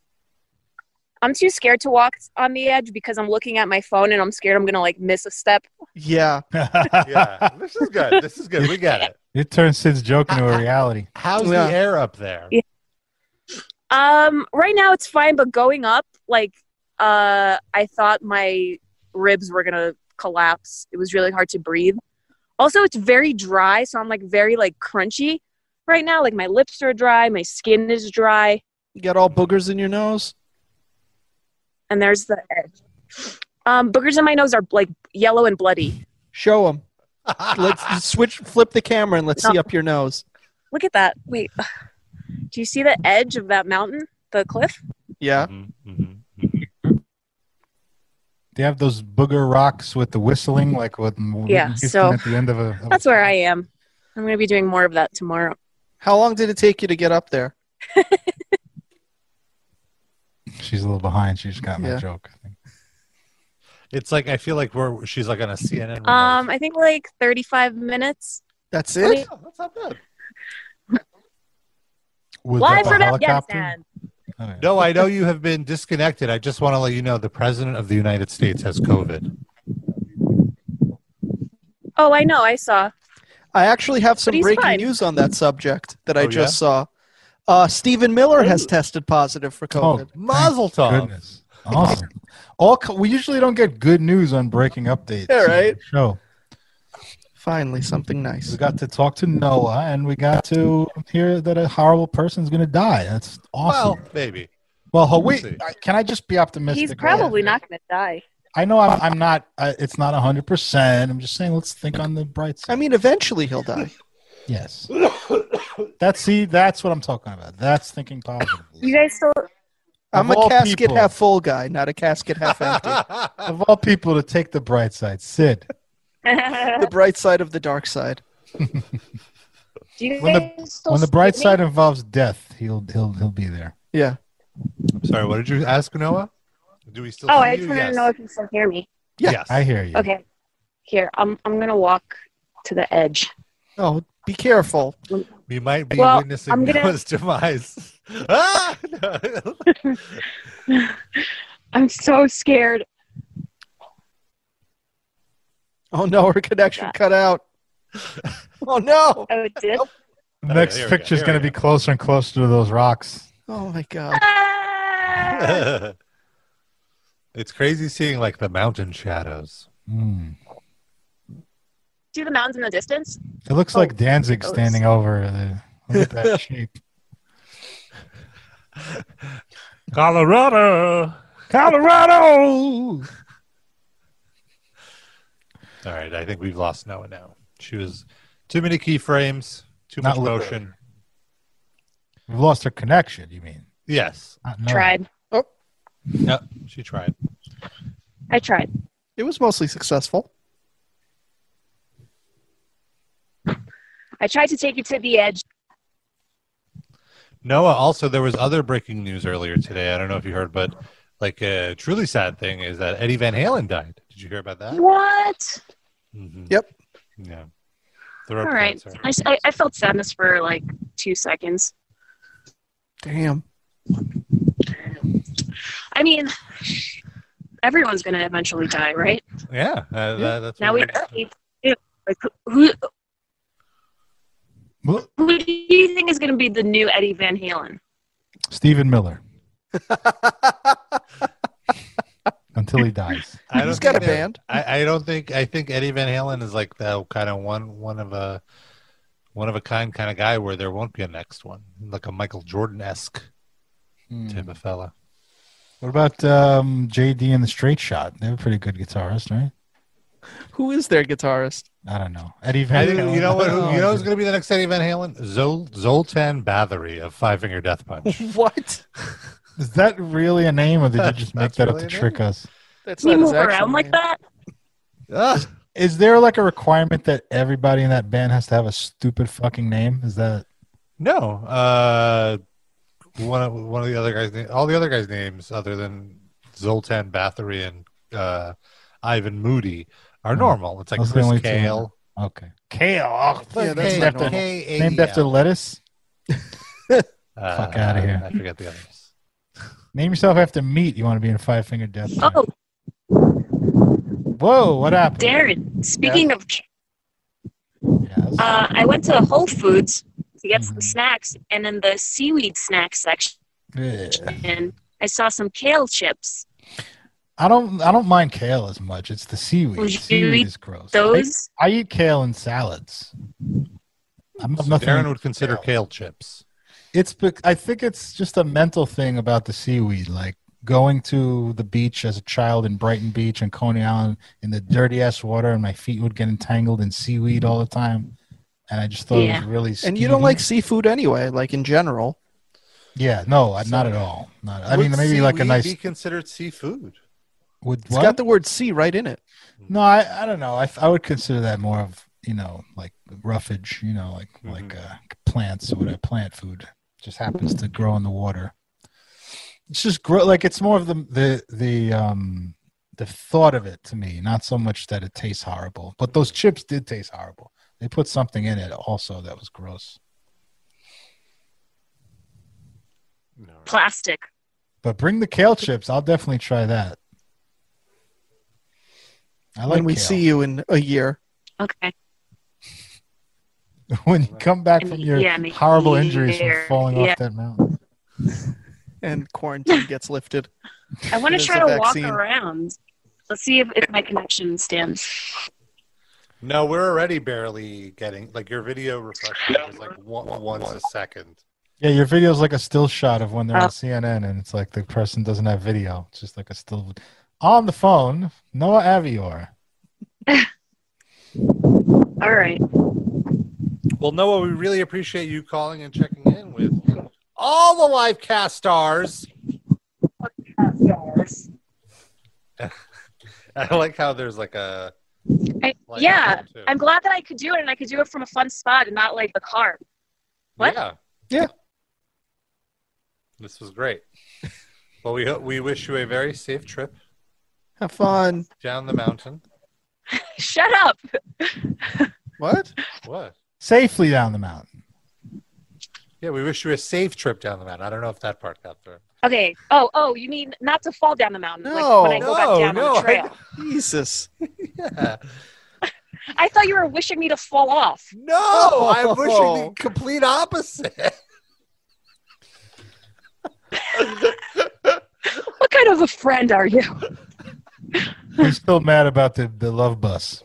I'm too scared to walk on the edge because I'm looking at my phone and I'm scared I'm gonna like miss a step. Yeah. Yeah, this is good. This is good. We got it. It turns Sid's joke into a reality. How's Yeah. the air up there? Yeah. Um, right now it's fine, but going up, like, uh, I thought my ribs were gonna collapse. It was really hard to breathe. Also, it's very dry, so I'm like very like crunchy right now. Like my lips are dry, my skin is dry, You got all boogers in your nose? and there's the edge. Um, boogers in my nose are like yellow and bloody. Show them. Let's switch, flip the camera and let's see up your nose. Look at that. Wait, do you see the edge of that mountain, the cliff? Yeah. Mm-hmm, They have those booger rocks with the whistling, like what Yeah, so- at the end of a. of a- That's where I am. I'm gonna be doing more of that tomorrow. How long did it take you to get up there? she's a little behind. She just got my Yeah. joke. I think. It's like I feel like we're she's like on a CNN. remote. Um, I think like 35 minutes. That's Yeah, it? that's not bad. Was Live that from the helicopter? Oh, Afghanistan. No, I know you have been disconnected. I just want to let you know the president of the United States has COVID. Oh, I know. I saw. I actually have But some he's breaking fine. news on that subject that I Oh, just yeah? saw. Uh, Stephen Miller has tested positive for COVID. Mazel tov. Goodness. Awesome. All co- we usually don't get good news on breaking updates. Yeah, right? Show. Finally, something nice. We got to talk to Noah, and we got to hear that a horrible person's going to die. That's Well, awesome. maybe. Well, ho- wait, see. I- can I just be optimistic? He's right? probably not going to die. I know I'm, I'm not. Uh, it's not hundred percent. I'm just saying. Let's think on the bright side. I mean, eventually he'll die. Yes. That's see. That's what I'm talking about. That's thinking positive. You guys still. I'm Of a all casket people. half full guy, not a casket half empty. of all people to take the bright side, Sid. the bright side of the dark side. Do you When guys the still when the bright see me? side involves death, he'll he'll he'll be there. Yeah. I'm sorry, what did you ask, Noah? Do we still Oh, see I just you? want Yes. to know if you still hear me. Yes. I hear you. Okay. Here, I'm. I'm going to walk to the edge. Oh, be careful. We might be Well, witnessing I'm gonna- Noah's demise. ah! I'm so scared. Oh no, our connection Yeah. cut out. oh Oh, no. it did. The next here we go, picture's here going to we be closer and closer to those rocks. Oh my god. Ah! it's crazy seeing like the mountain shadows. Hmm. See the mountains in the distance? It looks Oh, like Danzig those. standing over the. Look at that shape. Colorado. Colorado. All right, I think we've lost Noah now. She was too many keyframes, too Not much literally. motion. We've lost our connection. You mean? Yes. Not knowing. Tried. Yep. She tried. I tried. It was mostly successful. I tried to take you to the edge. Noah, also, there was other breaking news earlier today. I don't know if you heard, but like a truly sad thing is that Eddie Van Halen died. Did you hear about that? What? Mhm. Yep. Yeah. Throat All right. cancer. I, s- I- I felt sadness for like two seconds. Damn. I mean, everyone's going to eventually die, right? Yeah. uh, that- that's Now what we it is. like who Well, who do you think is going to be the new Eddie Van Halen? Stephen Miller until he dies. I don't He's got a think there- band. I, I don't think I think Eddie Van Halen is like that kind of one one of a one of a kind kind of guy where there won't be a next one, like a Michael Jordan esque type of Hmm. fella. What about um, JD and the Straight Shot? They were pretty good guitarists, right? Who is their guitarist? I don't know. Eddie I Van. think, you know what? Oh, You know who's I going to be the next Eddie Van Halen? Zol- Zoltan Bathory of Five Finger Death Punch. What? didn't- Is that really a name, or did you That's- just make that's that really up a to trick us? That's Can not you his move actual around like name. that? Ah, Is there like a requirement that everybody in that band has to have a stupid fucking name? Is that no, uh, one of one of the other guys. na- All the other guys' names, other than Zoltan Bathory and uh, Ivan Moody, are Hmm. normal. It's like Those are the Chris only two. Kale. okay? Kale. Oh, Yeah, that's K- not normal. K- Named after lettuce. Uh, Fuck outta here. I forget the others. Name yourself after meat. You want to be in Five Finger Death. Punch. Oh, Whoa! What happened? Darren. Speaking of, Yes. uh, I went to Whole Foods to get some Mhm. snacks, and in the seaweed snack section, Yeah. I saw some kale chips. I don't. I don't mind kale as much. It's the Would seaweed. you Seaweed eat is gross. Those I, I eat kale in salads. I'm So nothing. Darren would consider kale, chips. It's. bec- I think it's just a mental thing about the seaweed. Like going to the beach as a child in Brighton Beach and Coney Island in the dirty ass water, and my feet would get entangled in seaweed all the time. And I just thought it was Yeah. really. And you don't skeevy. like seafood anyway, like in general. Yeah. No. I- So- not at all. Not. I mean, maybe like a Be nice. considered seafood. Would It's what? got the word sea right in it. No, I, I don't know. I, I would consider that more of you know like roughage, you know, like Mm-hmm. Mhm. like uh, plants or whatever, plant food just happens to grow in the water. It's just grow like it's more of the the the um the thought of it to me, not so much that it tastes horrible. But those chips did taste horrible. They put something in it also that was gross. plastic. But bring the kale chips. I'll definitely try that. I like when we kale. see you in a year. Okay. when you come back from your Yeah, in a horrible injuries from year. falling Yeah. off that mountain. and quarantine gets lifted. I want to There's try the to walk vaccine. around. Let's see if, if my connection stands. No, we're already barely getting like your video reflection is like one, once a second. Yeah, your video is like a still shot of when they're Oh. on CNN, and it's like the person doesn't have video. It's just like a still on the phone. Noah Avior. All right. Well, Noah, we really appreciate you calling and checking in with all the live cast stars. I like how there's like a I, Like yeah, that, too. I'm glad that I could do it, and I could do it from a fun spot and not like the car. What? Yeah. Yeah. This was great. Well, we hope we wish you a very safe trip Have fun. down the mountain. Shut up. What? What? Safely down the mountain. Yeah, we wish you a safe trip down the mountain. I don't know if that part got through. Okay. Oh, oh, you mean not to fall down the mountain? No, like when I go back no, down on no, I- the trail. Jesus. Yeah. I, thought you were wishing me to fall off. No, I'm wishing the complete opposite. What kind of a friend are you? He's still mad about the, the love bus.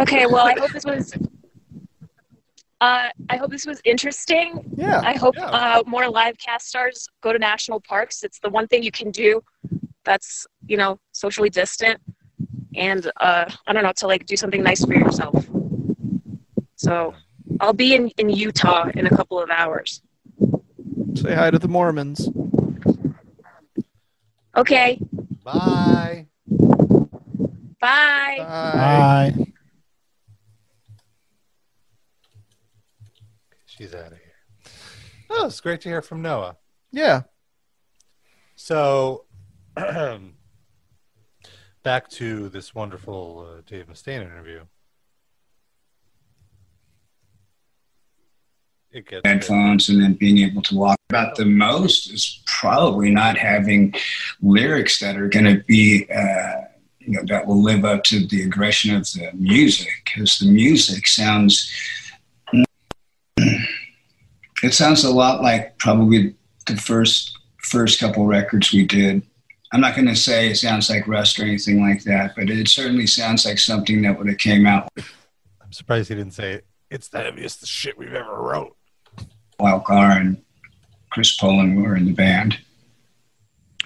Okay, well, I hope this was. Uh, I hope this was interesting. Yeah, I hope yeah. Uh, more live cast stars go to national parks. It's the one thing you can do that's you know socially distant, and uh, I don't know to like do something nice for yourself. So I'll be in, in Utah in a couple of hours. Say hi to the Mormons. Okay, Bye. bye. Bye. She's out of here. Oh, it's great to hear from Noah. Yeah. So, back to this wonderful uh, Dave Mustaine interview. It gets headphones and then being able to walk about the most is probably not having lyrics that are going to be uh, you know that will live up to the aggression of the music because the music sounds it sounds a lot like probably the first first couple records we did i'm not going to say it sounds like rust or anything like that but it certainly sounds like something that would have came out I'm surprised he didn't say it's the heaviest shit we've ever wrote. while Gar and Chris Poland were in the band.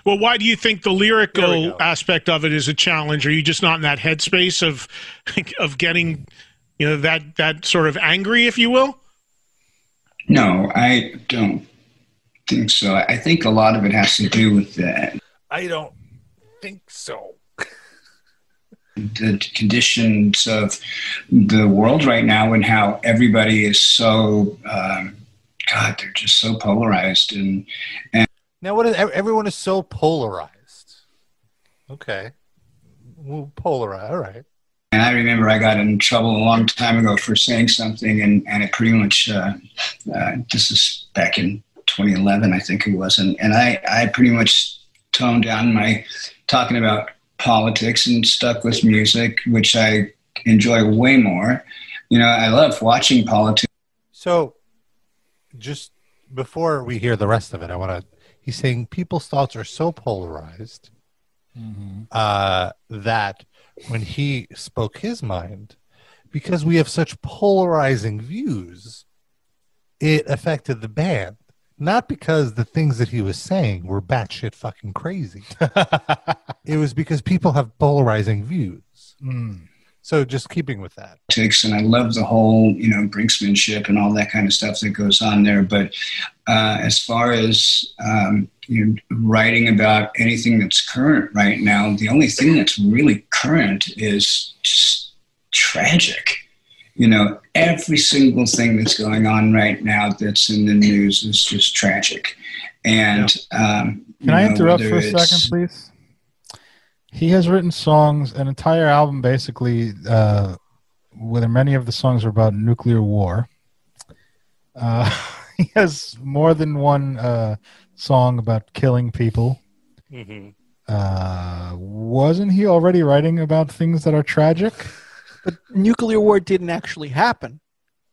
Well, why do you think the lyrical aspect of it is a challenge? Are you just not in that headspace of of getting, you know, that that sort of angry, if you will? No, I don't think so. I think a lot of it has to do with the, I don't think so. the conditions of the world right now and how everybody is so, um, God, they're just so polarized. And, and Now, what is ev- everyone is so polarized? Okay, well, polarized. All right. And I remember I got in trouble a long time ago for saying something, and, and it pretty much, uh, uh, this is back in 2011, I think it was. And, and I, I pretty much toned down my talking about politics and stuck with music, which I enjoy way more. You know, I love watching politics. So, just before we hear the rest of it, I want to. He's saying people's thoughts are so polarized uh, that when he spoke his mind, because we have such polarizing views, it affected the band. Not because the things that he was saying were batshit fucking crazy. it was because people have polarizing views. hmm. So, just keeping with that. politics and I love the whole, you know, brinksmanship and all that kind of stuff that goes on there. But uh, as far as um, you know, writing about anything that's current right now, the only thing that's really current is just tragic. You know, every single thing that's going on right now that's in the news is just tragic. And um, Can I you know, interrupt whether for a it's- second, please? He has written songs, an entire album basically, uh, whether many of the songs are about nuclear war. Uh, he has more than one uh, song about killing people. Mm-hmm. Uh, wasn't he already writing about things that are tragic? But nuclear war didn't actually happen.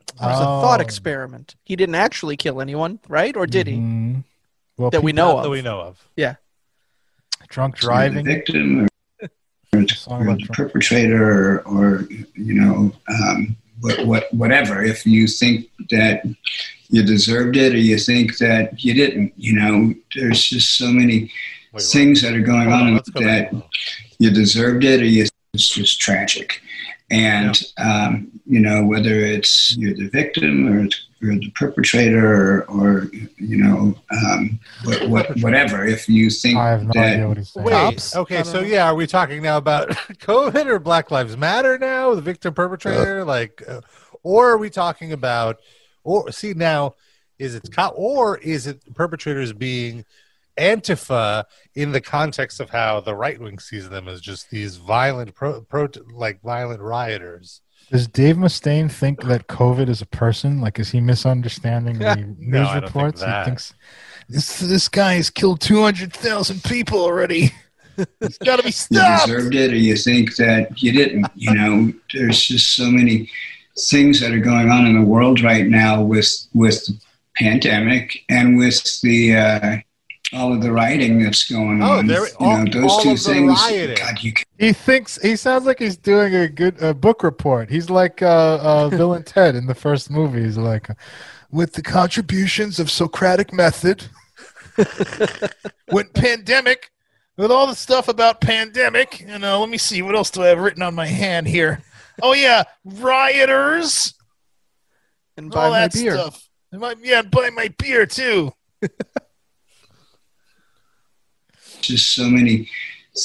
It was a thought Oh. experiment. He didn't actually kill anyone, right? Or did Mm-hmm. he? Well, That we people- know Not of. that we know of. Yeah. Drunk So you're driving. The victim or, or the perpetrator or, or you know, um, what, what, whatever. If you think that you deserved it or you think that you didn't, you know, there's just so many things that are going Hold on, on let's go back. that you deserved it or you, it's just tragic. And, um, you know, whether it's you're the victim or, or the perpetrator or, or you know, um, what, what, whatever, if you think that. Wait, okay, Uh-huh. so yeah, are we talking now about COVID or Black Lives Matter now, the victim perpetrator, like, uh, or are we talking about, or see now, is it co- or is it perpetrators being Antifa in the context of how the right wing sees them as just these violent, pro, pro like violent rioters? Does Dave Mustaine think that COVID is a person? Like, is he misunderstanding the news No, I don't think reports? that. He thinks This this guy has killed two hundred thousand people already. He's got to be you stopped. deserved it or you think that you didn't. You know, there's just so many things that are going on in the world right now with with the pandemic and with the uh, all of the rioting that's going Oh, on. there- you all- know, those all two of the things. rioting. God, you he thinks he sounds like he's doing a good uh, book report. He's like uh, uh, Bill and Ted in the first movie. He's like, With the contributions of Socratic method, with pandemic, with all the stuff about pandemic. You know, let me see what else do I have written on my hand here. Oh yeah, rioters and all that stuff. And my- yeah, buy my beer too. just so many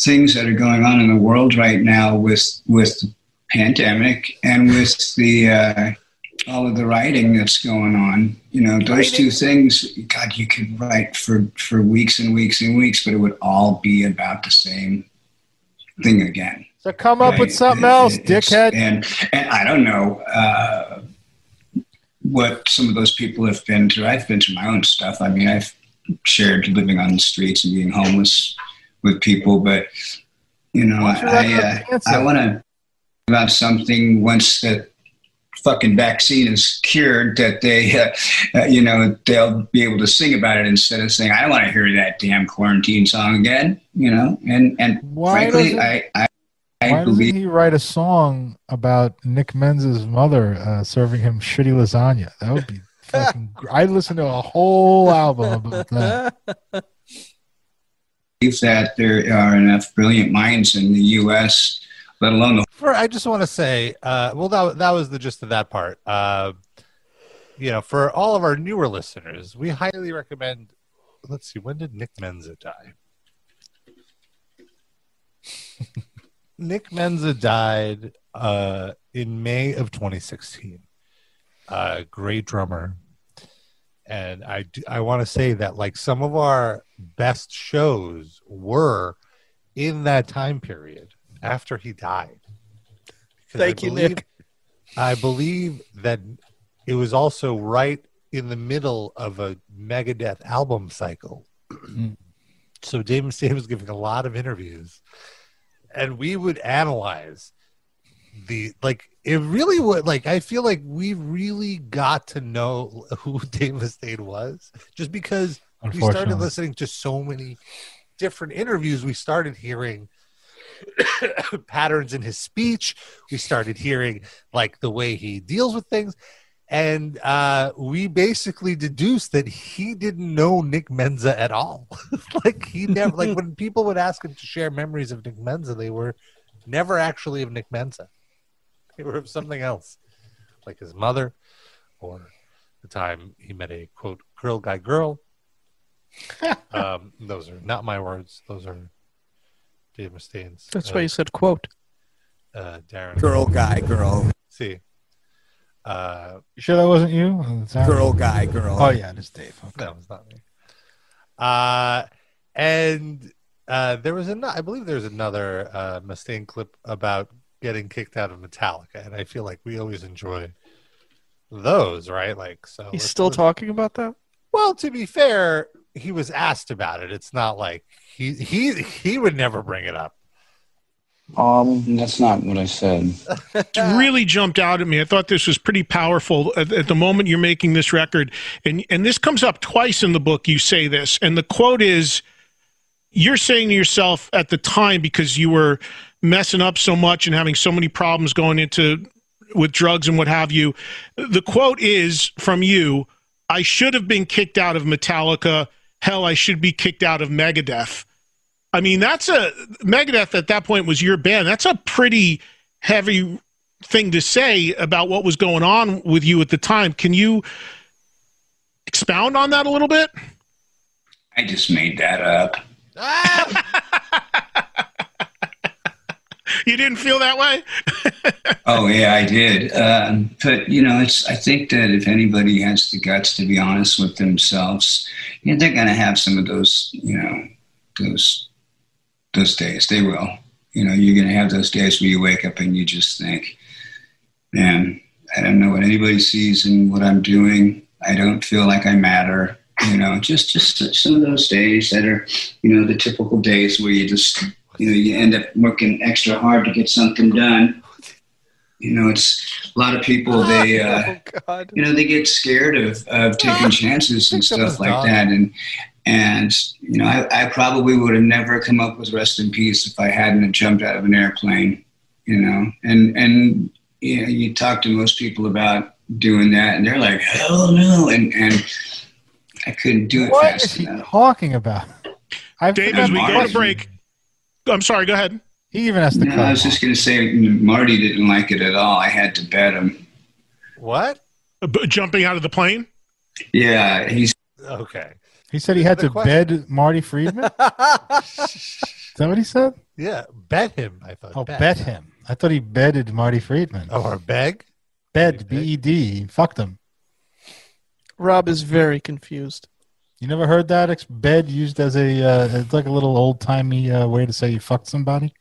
things that are going on in the world right now with with the pandemic and with the uh, all of the writing that's going on. You know, those two things. God, you could write for for weeks and weeks and weeks, but it would all be about the same thing again. "So come up with Right. something It- else, it- it's- dickhead." And, and I don't know uh, what some of those people have been through. I've been through my own stuff. I mean, I've shared living on the streets and being homeless with people, but you know, Why I don't you let I, them uh, answer? I want to about something once the fucking vaccine is cured that they uh, uh, you know they'll be able to sing about it instead of saying I want to hear that damn quarantine song again you know and and Why frankly doesn't- I I, Why I doesn't believe he write a song about Nick Menz's mother uh, serving him shitty lasagna? That would be fucking. gr- I'd listen to a whole album about that. believe that there are enough brilliant minds in the U.S., let alone the For I just want to say, uh, well, that that was the gist of that part. Uh, you know, for all of our newer listeners, we highly recommend. Let's see, when did Nick Menza die? Nick Menza died uh, in May of 2016. Uh, great drummer, and I do, I want to say that like some of our best shows were in that time period after he died. 'Cause I Thank you, believe- Nick. I believe that it was also right in the middle of a Megadeth album cycle. so Dave Mustaine was giving a lot of interviews, and we would analyze the like. It really would like. I feel like we really got to know who Dave Mustaine was just because we started Unfortunately. listening to so many different interviews. We started hearing patterns in his speech. We started hearing like the way he deals with things. And uh, we basically deduced that he didn't know Nick Menza at all. like he never like when people would ask him to share memories of Nick Menza, they were never actually of Nick Menza. They were of something else. Like his mother or the time he met a quote girl guy girl. um, those are not my words. Those are Dave Mustaine's. That's uh, why you said quote. uh, Darren. Girl, guy, girl. See. Uh, You sure that wasn't you? Oh, it's Aaron. Girl, guy, girl. Oh yeah, it is Dave. no, it's not me. Uh, and uh, there was another. I believe there's another uh, Mustaine clip about getting kicked out of Metallica, and I feel like we always enjoy those, right? Like, so He's let's- still let's- talking about that? Well, to be fair, he was asked about it. It's not like he he he would never bring it up. Um, that's not what I said. It really jumped out at me. I thought this was pretty powerful at, at the moment you're making this record, and and this comes up twice in the book. You say this, and the quote is, "You're saying to yourself at the time because you were messing up so much and having so many problems going into with drugs and what have you." The quote is from you: "I should have been kicked out of Metallica. Hell, I should be kicked out of Megadeth." I mean, that's a Megadeth at that point was your band. That's a pretty heavy thing to say about what was going on with you at the time. Can you expound on that a little bit? I just made that up. Ah, You didn't feel that way? Oh yeah, I did. Um, but you know, it's. I think that if anybody has the guts to be honest with themselves, you know, they're going to have some of those. You know, those those days. They will. You know, you're going to have those days where you wake up and you just think, "Man, I don't know what anybody sees in what I'm doing. I don't feel like I matter." You know, just just some of those days that are, you know, the typical days where you just, you know, you end up working extra hard to get something done. You know, it's a lot of people. They, Oh, uh, you know, they get scared of, of taking chances and stuff like that. And and you know, I, I probably would have never come up with "Rest in Peace" if I hadn't have jumped out of an airplane. You know, and and you know, you talk to most people about doing that, and they're like, "Hell no!" And and I couldn't do it What is fast he enough. talking about? I've Dave, as we go to break, I'm sorry, go ahead. He even has to No, I was just going to say Marty didn't like it at all. I had to bet him. What? Jumping out of the plane? Yeah, he's Okay. He said he had to bed Marty Friedman. is that what he said? Yeah, bet him. I thought. Oh, bet. him. I thought he bedded Marty Friedman. Oh, or beg? Bed, B E D. Fucked him. Rob is very confused. You never heard that? Ex- bed used as a, uh, it's like a little old timey uh, way to say you fucked somebody.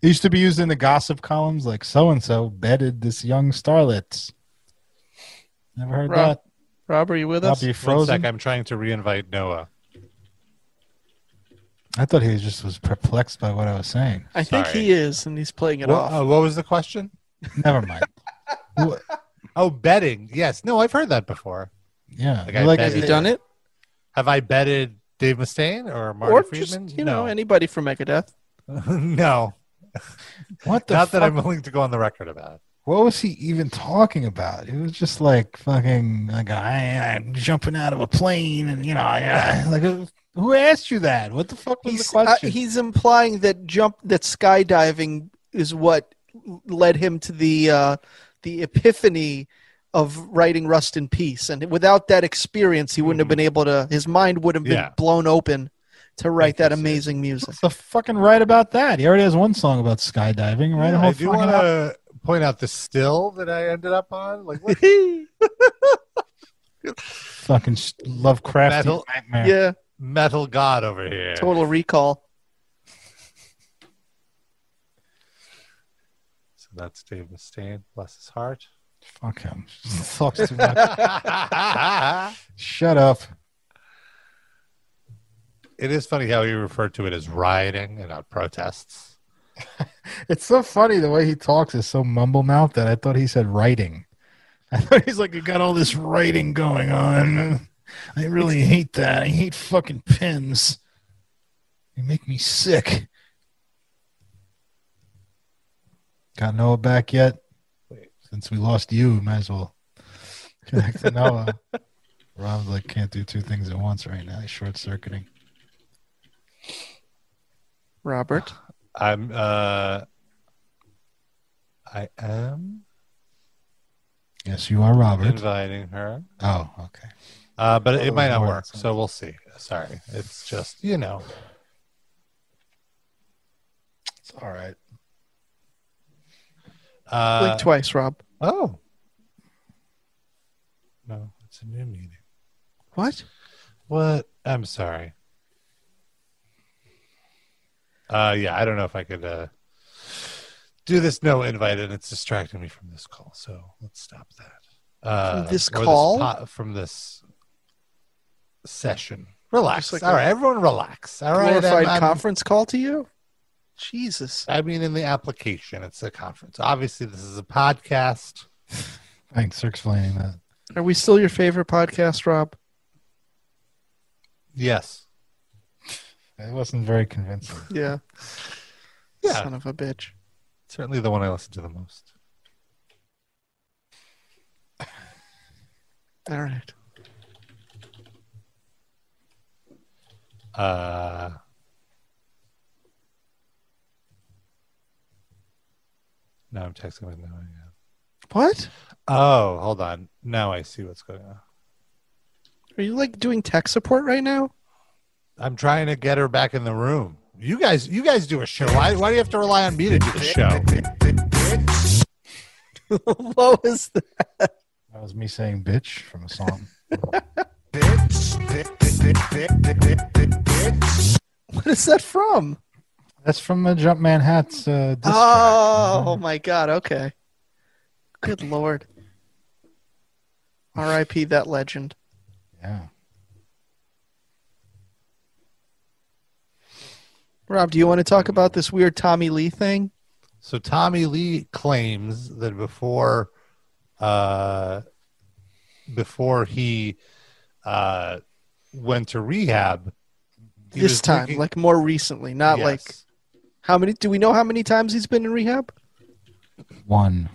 It used to be used in the gossip columns, like so and so bedded this young starlet. Never heard Rob, that. Rob, are you with Rob, us? are you frozen? One sec, I'm trying to reinvite Noah. I thought he just was perplexed by what I was saying. I think Sorry. oh, he is, and he's playing it Wha- off. uh, what was the question? Never mind. oh, betting. Yes. No, I've heard that before. Yeah. Like, I Like- betted- Have you done it? Have I betted Dave Mustaine or Marty or Friedman? just you know anybody from Megadeth. no. What the Not that fuck? I'm willing to go on the record about. What was he even talking about? It was just like fucking like I, I'm jumping out of a plane and you know I, I- like who asked you that? What the fuck was He's, the question? uh, he's implying that jump that skydiving is what led him to the uh, the epiphany of writing Rust in Peace, and without that experience, he wouldn't have been able to. His mind would have been Hmm. Yeah. blown open to write that amazing music. the fucking right about that. He already has one song about skydiving, right? Yeah, A whole I do fucking want album. to point out the still that I ended up on. Like, look, that fucking s- Lovecraftian Metal- nightmare. Yeah, metal god over here. Total Recall. So that's Dave Mustaine. Bless his heart. Fuck him. Talks too much. Shut up. It is funny how you refer to it as rioting and not protests. It's so funny the way he talks is so mumble mouth that I thought he said writing. I thought he's like, you got all this writing going on. I really hate that. I hate fucking pens. They make me sick. Got Noah back yet? Since we lost you, we might as well connect to Noah. Rob's like, can't do two things at once right now. He's short circuiting. Robert, I'm. uh I am Yes, you are Robert. inviting her, Oh, okay. uh, but Oh, it might not Lord. work. So we'll see. Sorry, it's just you know. It's all right. Uh, Uh, blink twice, Rob. oh no, it's a new meeting. What? What? I'm sorry. Uh, yeah, I don't know if I could uh, do this no invite, and it's distracting me from this call. So let's stop that. uh, From this or call? po- from this session. Relax. Just like All right, a everyone, relax. All right, glorified I'm- I'm- conference call to you. Jesus. I mean, in the application, it's a conference. Obviously, this is a podcast. Thanks for explaining that. Are we still your favorite podcast, Rob? Yes. It wasn't very convincing. Yeah. Yeah. Son of a bitch. Certainly the one I listen to the most. All right. Uh, no, I'm texting with no one. yeah. What? Oh, hold on. Now I see what's going on. Are you like doing tech support right now? I'm trying to get her back in the room. You guys, you guys do a show. Why, why do you have to rely on me to do the show? what was that? That was me saying bitch from a song. What is that from? That's from the Jumpman Hats. Uh, disc Oh my god, okay. Good lord. R.I.P. that legend. Yeah. Rob, do you want to talk about this weird Tommy Lee thing? So Tommy Lee claims that before, uh, before he uh, went to rehab, he this was time, drinking- like more recently, not like Yes. how many do we know how many times he's been in rehab? One.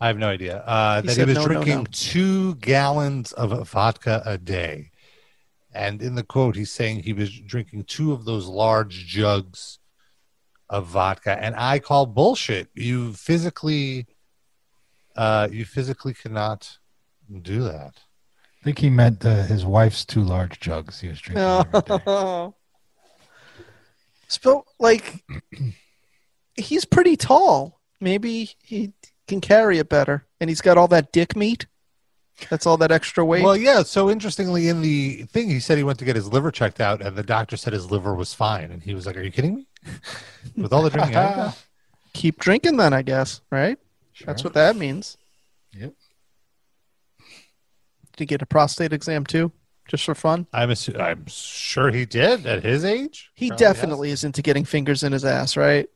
I have no idea. Uh, He that he said was no, no, no. drinking two gallons of vodka a day. And in the quote, he's saying he was drinking two of those large jugs of vodka. And I call bullshit. You physically, uh, you physically cannot do that. I think he meant uh, his wife's two large jugs he was drinking. No. Spill like he's pretty tall. Maybe he can carry it better, and he's got all that dick meat. That's all that extra weight. Well, yeah. So interestingly, in the thing, he said he went to get his liver checked out, and the doctor said his liver was fine. And he was like, "Are you kidding me? With all the drinking, I did?" Keep drinking, then I guess. Right? That's what that means. Yep. Did he get a prostate exam too, just for fun? I'm assu- I'm sure he did at his age. He Probably, yes. definitely is into getting fingers in his ass, right?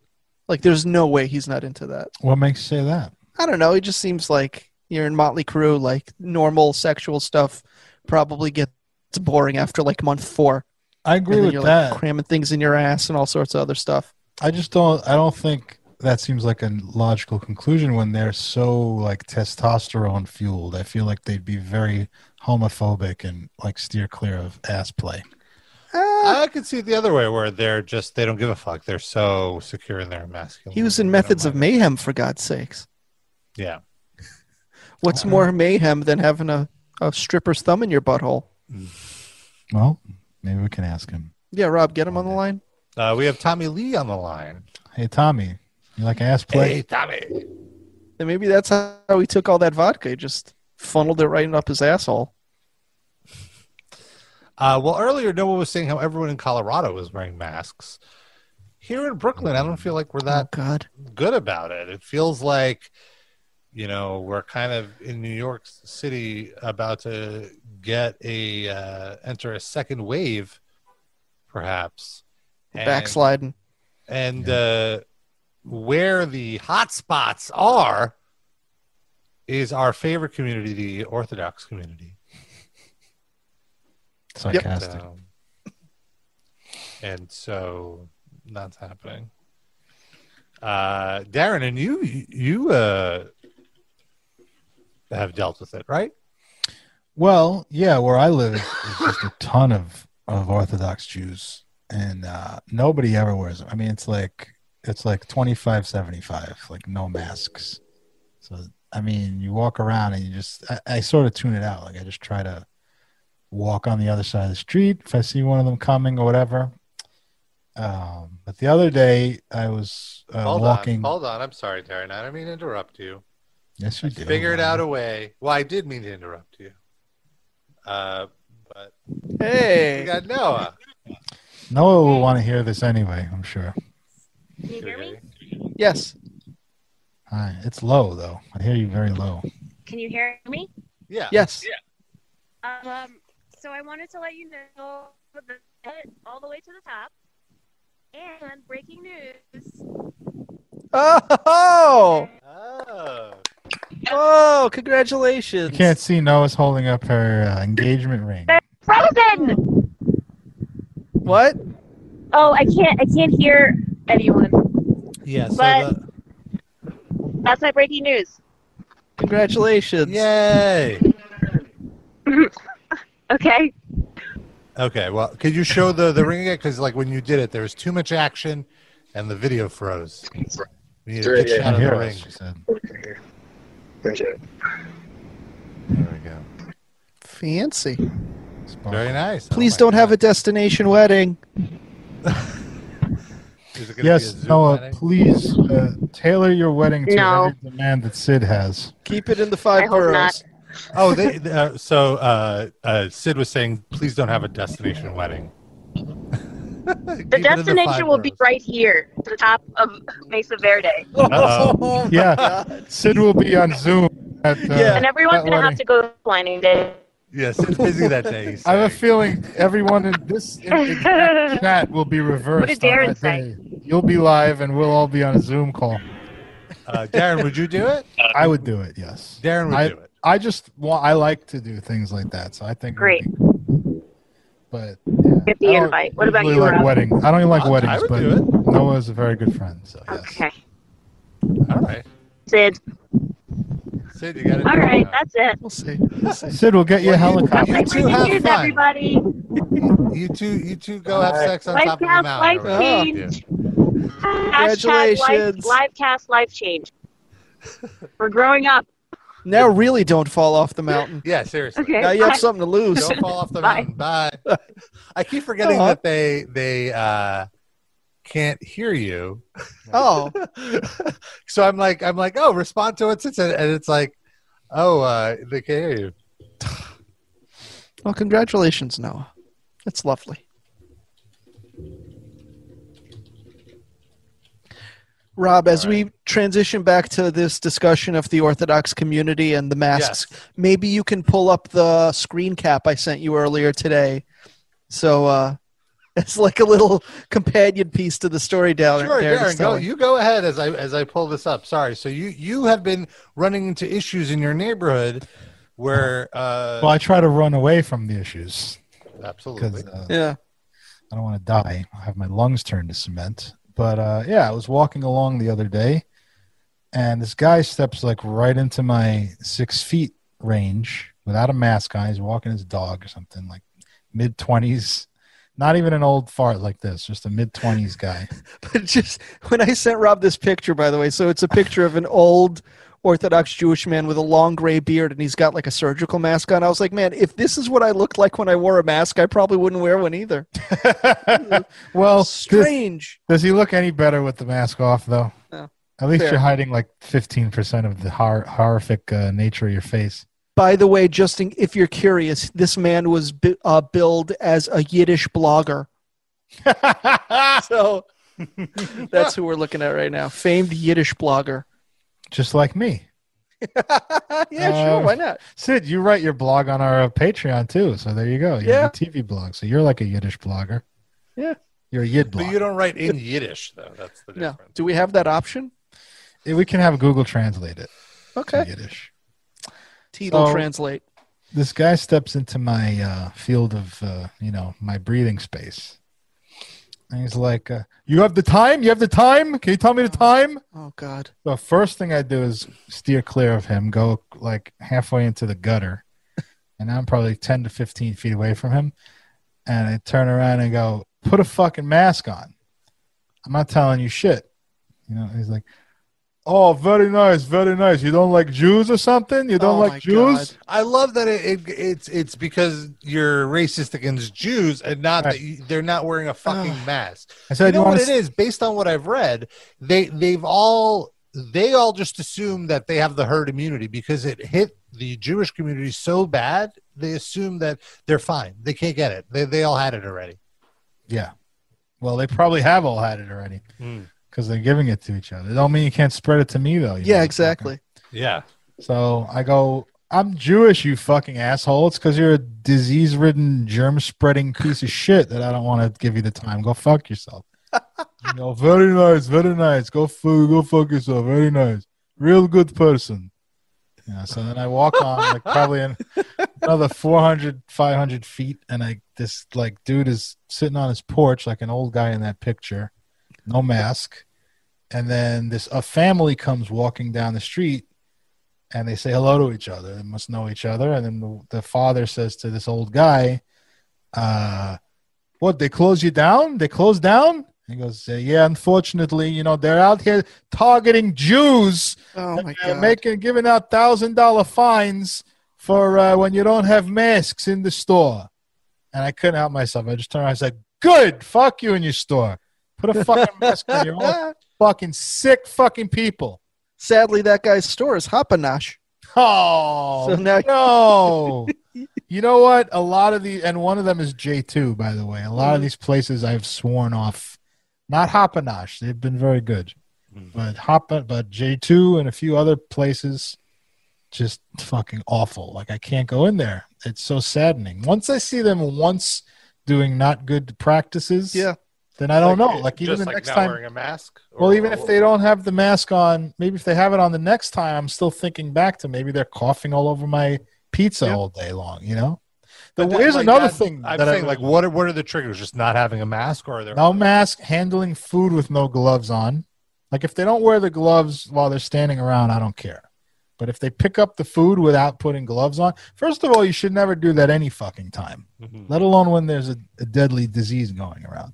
Like, there's no way he's not into that. What makes you say that? I don't know. It just seems like you're in Motley Crue. Like normal sexual stuff probably gets boring after like month four. I agree and then with you're that. Like cramming things in your ass and all sorts of other stuff. I just don't. I don't think that seems like a logical conclusion when they're so like testosterone fueled. I feel like they'd be very homophobic and like steer clear of ass play. Ah, I could see it the other way, where they're just they don't give a fuck. They're so secure in their masculine. He was in Methods of Mayhem, for God's sakes. Yeah, What's more mayhem than having a, a stripper's thumb in your butthole? Well, maybe we can ask him. Yeah, Rob, get him on the line. uh, we have Tommy Lee on the line. Hey Tommy, you like ass play? Hey, Tommy. Then maybe that's how he took all that vodka. He just funneled it right up his asshole. Uh, well, earlier Noah was saying how everyone in Colorado is wearing masks. Here in Brooklyn, I don't feel like we're Oh, that God. good about it. It feels like, you know, we're kind of in New York City about to get a uh, enter a second wave, perhaps. And- Backsliding. and uh, where the hot spots are is our favorite community, the Orthodox community. Sarcastic. So- and so that's happening. Uh, Darren, and you, you uh, have dealt with it, right? Well, yeah, where I live is is just a ton of of Orthodox Jews, and uh, nobody ever wears them. I mean, it's like it's like twenty five seventy five, like no masks. So I mean, you walk around and you just I, I sort of tune it out. Like I just try to walk on the other side of the street if I see one of them coming or whatever. Um, but the other day I was uh, hold walking. on, hold on. I'm sorry, Darren. I don't mean to interrupt you. Yes, you did. Figured out a way. Well, I did mean to interrupt you. Uh, but we Hey. got Noah. Noah will want to hear this anyway. I'm sure. Can you hear me? Yes. Hi, it's low though. I hear you very low. Can you hear me? Yeah. Yes. Um, so I wanted to let you know the all the way to the top. And breaking news. Oh. Oh. Oh, congratulations. You can't see Noah's holding up her uh, engagement ring. Frozen. What? Oh, I can't. I can't hear anyone. Yeah. So But- the, That's my breaking news. Congratulations. yay. Okay. Okay. Well, could you show the the ring again? Because like when you did it, there was too much action, and the video froze. We need a Right, big yeah. shot of Here the it ring. is, she said. There we go. Fancy. Very nice. Oh Please my don't God. have a destination wedding. Is it gonna be a Yes, Zoom Noah, wedding? please uh, tailor your wedding to No. every demand that Sid has. Keep it in the five I hope boroughs. Oh, they, they- uh, so uh, uh, Sid was saying, please don't have a destination wedding. The destination will be right here, the top of Mesa Verde, Uh-oh. Oh, my Yeah. God. Sid will be on Zoom. At, uh, Yeah. and everyone's that gonna have wedding. to go to planning day. Yes, Sid's busy that day. he's I have a saying. feeling everyone in this in- exact chat will be reversed. did Darren on that day. You'll be live, and we'll all be on a Zoom call. uh, Darren, would you do it? I would do it. Yes. Darren would I- do it. I just want. I like to do things like that, so I think. it would Great. be cool. But yeah. I Get the don't invite. What about usually you, like Rob? wedding. I don't even like I- I weddings, would but do it. Noah is a very good friend. So yes. Okay, All right. Sid. Sid, you got to All right, that's it. We'll see. Sid, we'll get you a helicopter. My You two breaking have news, fun. everybody. You two, you two go have sex on Life top of counts, the mountain. or life whatever you change. do. Hashtag life, Congratulations. livecast life change. We're growing up. Now really don't fall off the mountain. Yeah, seriously. Okay. Now you have something to lose. Don't fall off the Bye. mountain. Bye. I keep forgetting Uh-huh. that they they uh, can't hear you. Oh. so I'm like I'm like oh respond to it Sid said," and it's like oh uh, they can't hear you. Well, congratulations, Noah. That's lovely. Rob, as we transition back to this discussion of the Orthodox community and the masks, maybe you can pull up the screen cap I sent you earlier today. So uh, it's like a little companion piece to the story down Sure, there. Darren, go, you go ahead as I as I pull this up. Sorry. So you you have been running into issues in your neighborhood where uh, Well, I try to run away from the issues absolutely because uh, yeah. I don't want to die. I have my lungs turned to cement. But uh, yeah, I was walking along the other day, and this guy steps like right into my six feet range without a mask on. He's walking his dog or something like mid twenties. Not even an old fart like this, just a mid twenties guy. But just when I sent Rob this picture, by the way, so it's a picture of an old Orthodox Jewish man with a long gray beard and he's got like a surgical mask on. I was like, man, if this is what I looked like when I wore a mask, I probably wouldn't wear one either. well, does, Strange. does he look any better with the mask off though? No. At least Fair. you're hiding like fifteen percent of the hor- horrific uh, nature of your face. By the way, Justin, if you're curious, this man was bi- uh, billed as a Yiddish blogger. so that's who we're looking at right now. Famed Yiddish blogger. Just like me. yeah, Uh, sure. Why not? Sid, you write your blog on our uh, Patreon too, so there you go. You Yeah. have a TV blog, so you're like a Yiddish blogger. Yeah. you're a Yid But blog. you don't write in Yiddish though. That's the No. difference. Do we have that option? We can have Google translate it to Okay. Yiddish. Teetle So- translate. This guy steps into my uh, field of, uh, you know, my breathing space, and he's like, uh, "You have the time? You have the time? Can you tell me the time?" Oh, God. The first thing I do is steer clear of him, go like halfway into the gutter, and I'm probably 10 to 15 feet away from him. And I turn around and go, put a fucking mask on. I'm not telling you shit. You know, he's like, oh, very nice, very nice. You don't like Jews or something? You don't Oh my like Jews? I love that it, it it's it's because you're racist against Jews and not that you, they're not wearing a fucking mask. I You said, you, know want what to it is? Based on what I've read, they they've all they all just assume that they have the herd immunity because it hit the Jewish community so bad. They assume that they're fine. They can't get it. They they all had it already. Yeah. Well, they probably have all had it already because they're giving it to each other. It don't mean you can't spread it to me, though. you Yeah, motherfucker. exactly. Yeah. So I go, I'm Jewish, you fucking asshole. It's because you're a disease ridden, germ spreading piece of shit that I don't want to give you the time. Go fuck yourself. you know, very nice, very nice. Go, f- go fuck yourself. Very nice. Real good person. Yeah, so then I walk on like probably an, another 400, 500 feet, and I this like dude is sitting on his porch like an old guy in that picture, no mask, and then this a family comes walking down the street, and they say hello to each other. They must know each other, and then the, the father says to this old guy, uh, "What? They close you down? They close down?" He goes, uh, "Yeah, unfortunately, you know, they're out here targeting Jews. Oh and my they're God. Making giving out thousand dollar fines for uh, when you don't have masks in the store." And I couldn't help myself. I just turned around. I said, "Good, fuck you in your store. Put a fucking mask on. You're all fucking sick, fucking people." Oh, Sadly, that guy's store is Hopanash. Oh So now- no! you know what? A lot of the and one of them is J two, by the way. A lot of these places I've sworn off. Not Hopinosh; they've been very good, but Hop, but J two and a few other places, just fucking awful. Like I can't go in there. It's so saddening. Once I see them once doing not good practices, yeah, then I don't know. Like even just the like next not time wearing a mask. well, even if they don't have the mask on, maybe if they have it on the next time, I'm still thinking back to maybe they're coughing all over my pizza all day long. You know, the, But that- here's like another that- thing I'm that I saying, like, really- what are, what are the triggers? Just not having a mask, or are there? no mask, handling food with no gloves on. Like if they don't wear the gloves while they're standing around, I don't care. But if they pick up the food without putting gloves on, first of all, you should never do that any fucking time, let alone when there's a, a deadly disease going around.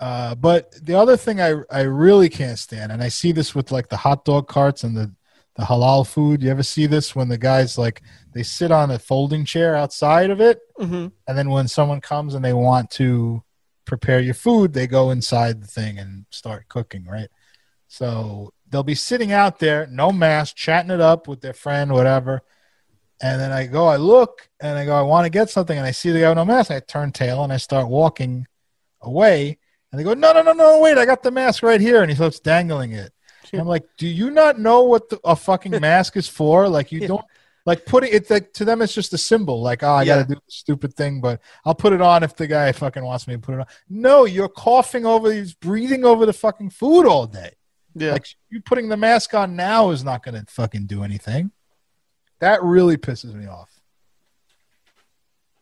Uh, but the other thing I, I really can't stand, and I see this with like the hot dog carts and the, the halal food. You ever see this when the guys like they sit on a folding chair outside of it, Mm-hmm. and then when someone comes and they want to prepare your food, they go inside the thing and start cooking, right? So they'll be sitting out there, no mask, chatting it up with their friend, whatever. And then I go, I look, and I go, I want to get something, and I see the guy with no mask. I turn tail and I start walking away. And they go, No, no, no, no, wait, I got the mask right here. And he starts dangling it. And I'm like, Do you not know what the, a fucking mask is for? Like, you don't, like, put it, it's like, to them, it's just a symbol. Like, oh, I got to do this stupid thing, but I'll put it on if the guy fucking wants me to put it on. No, you're coughing over, he's breathing over the fucking food all day. Yeah. Like, you putting the mask on now is not going to fucking do anything. That really pisses me off.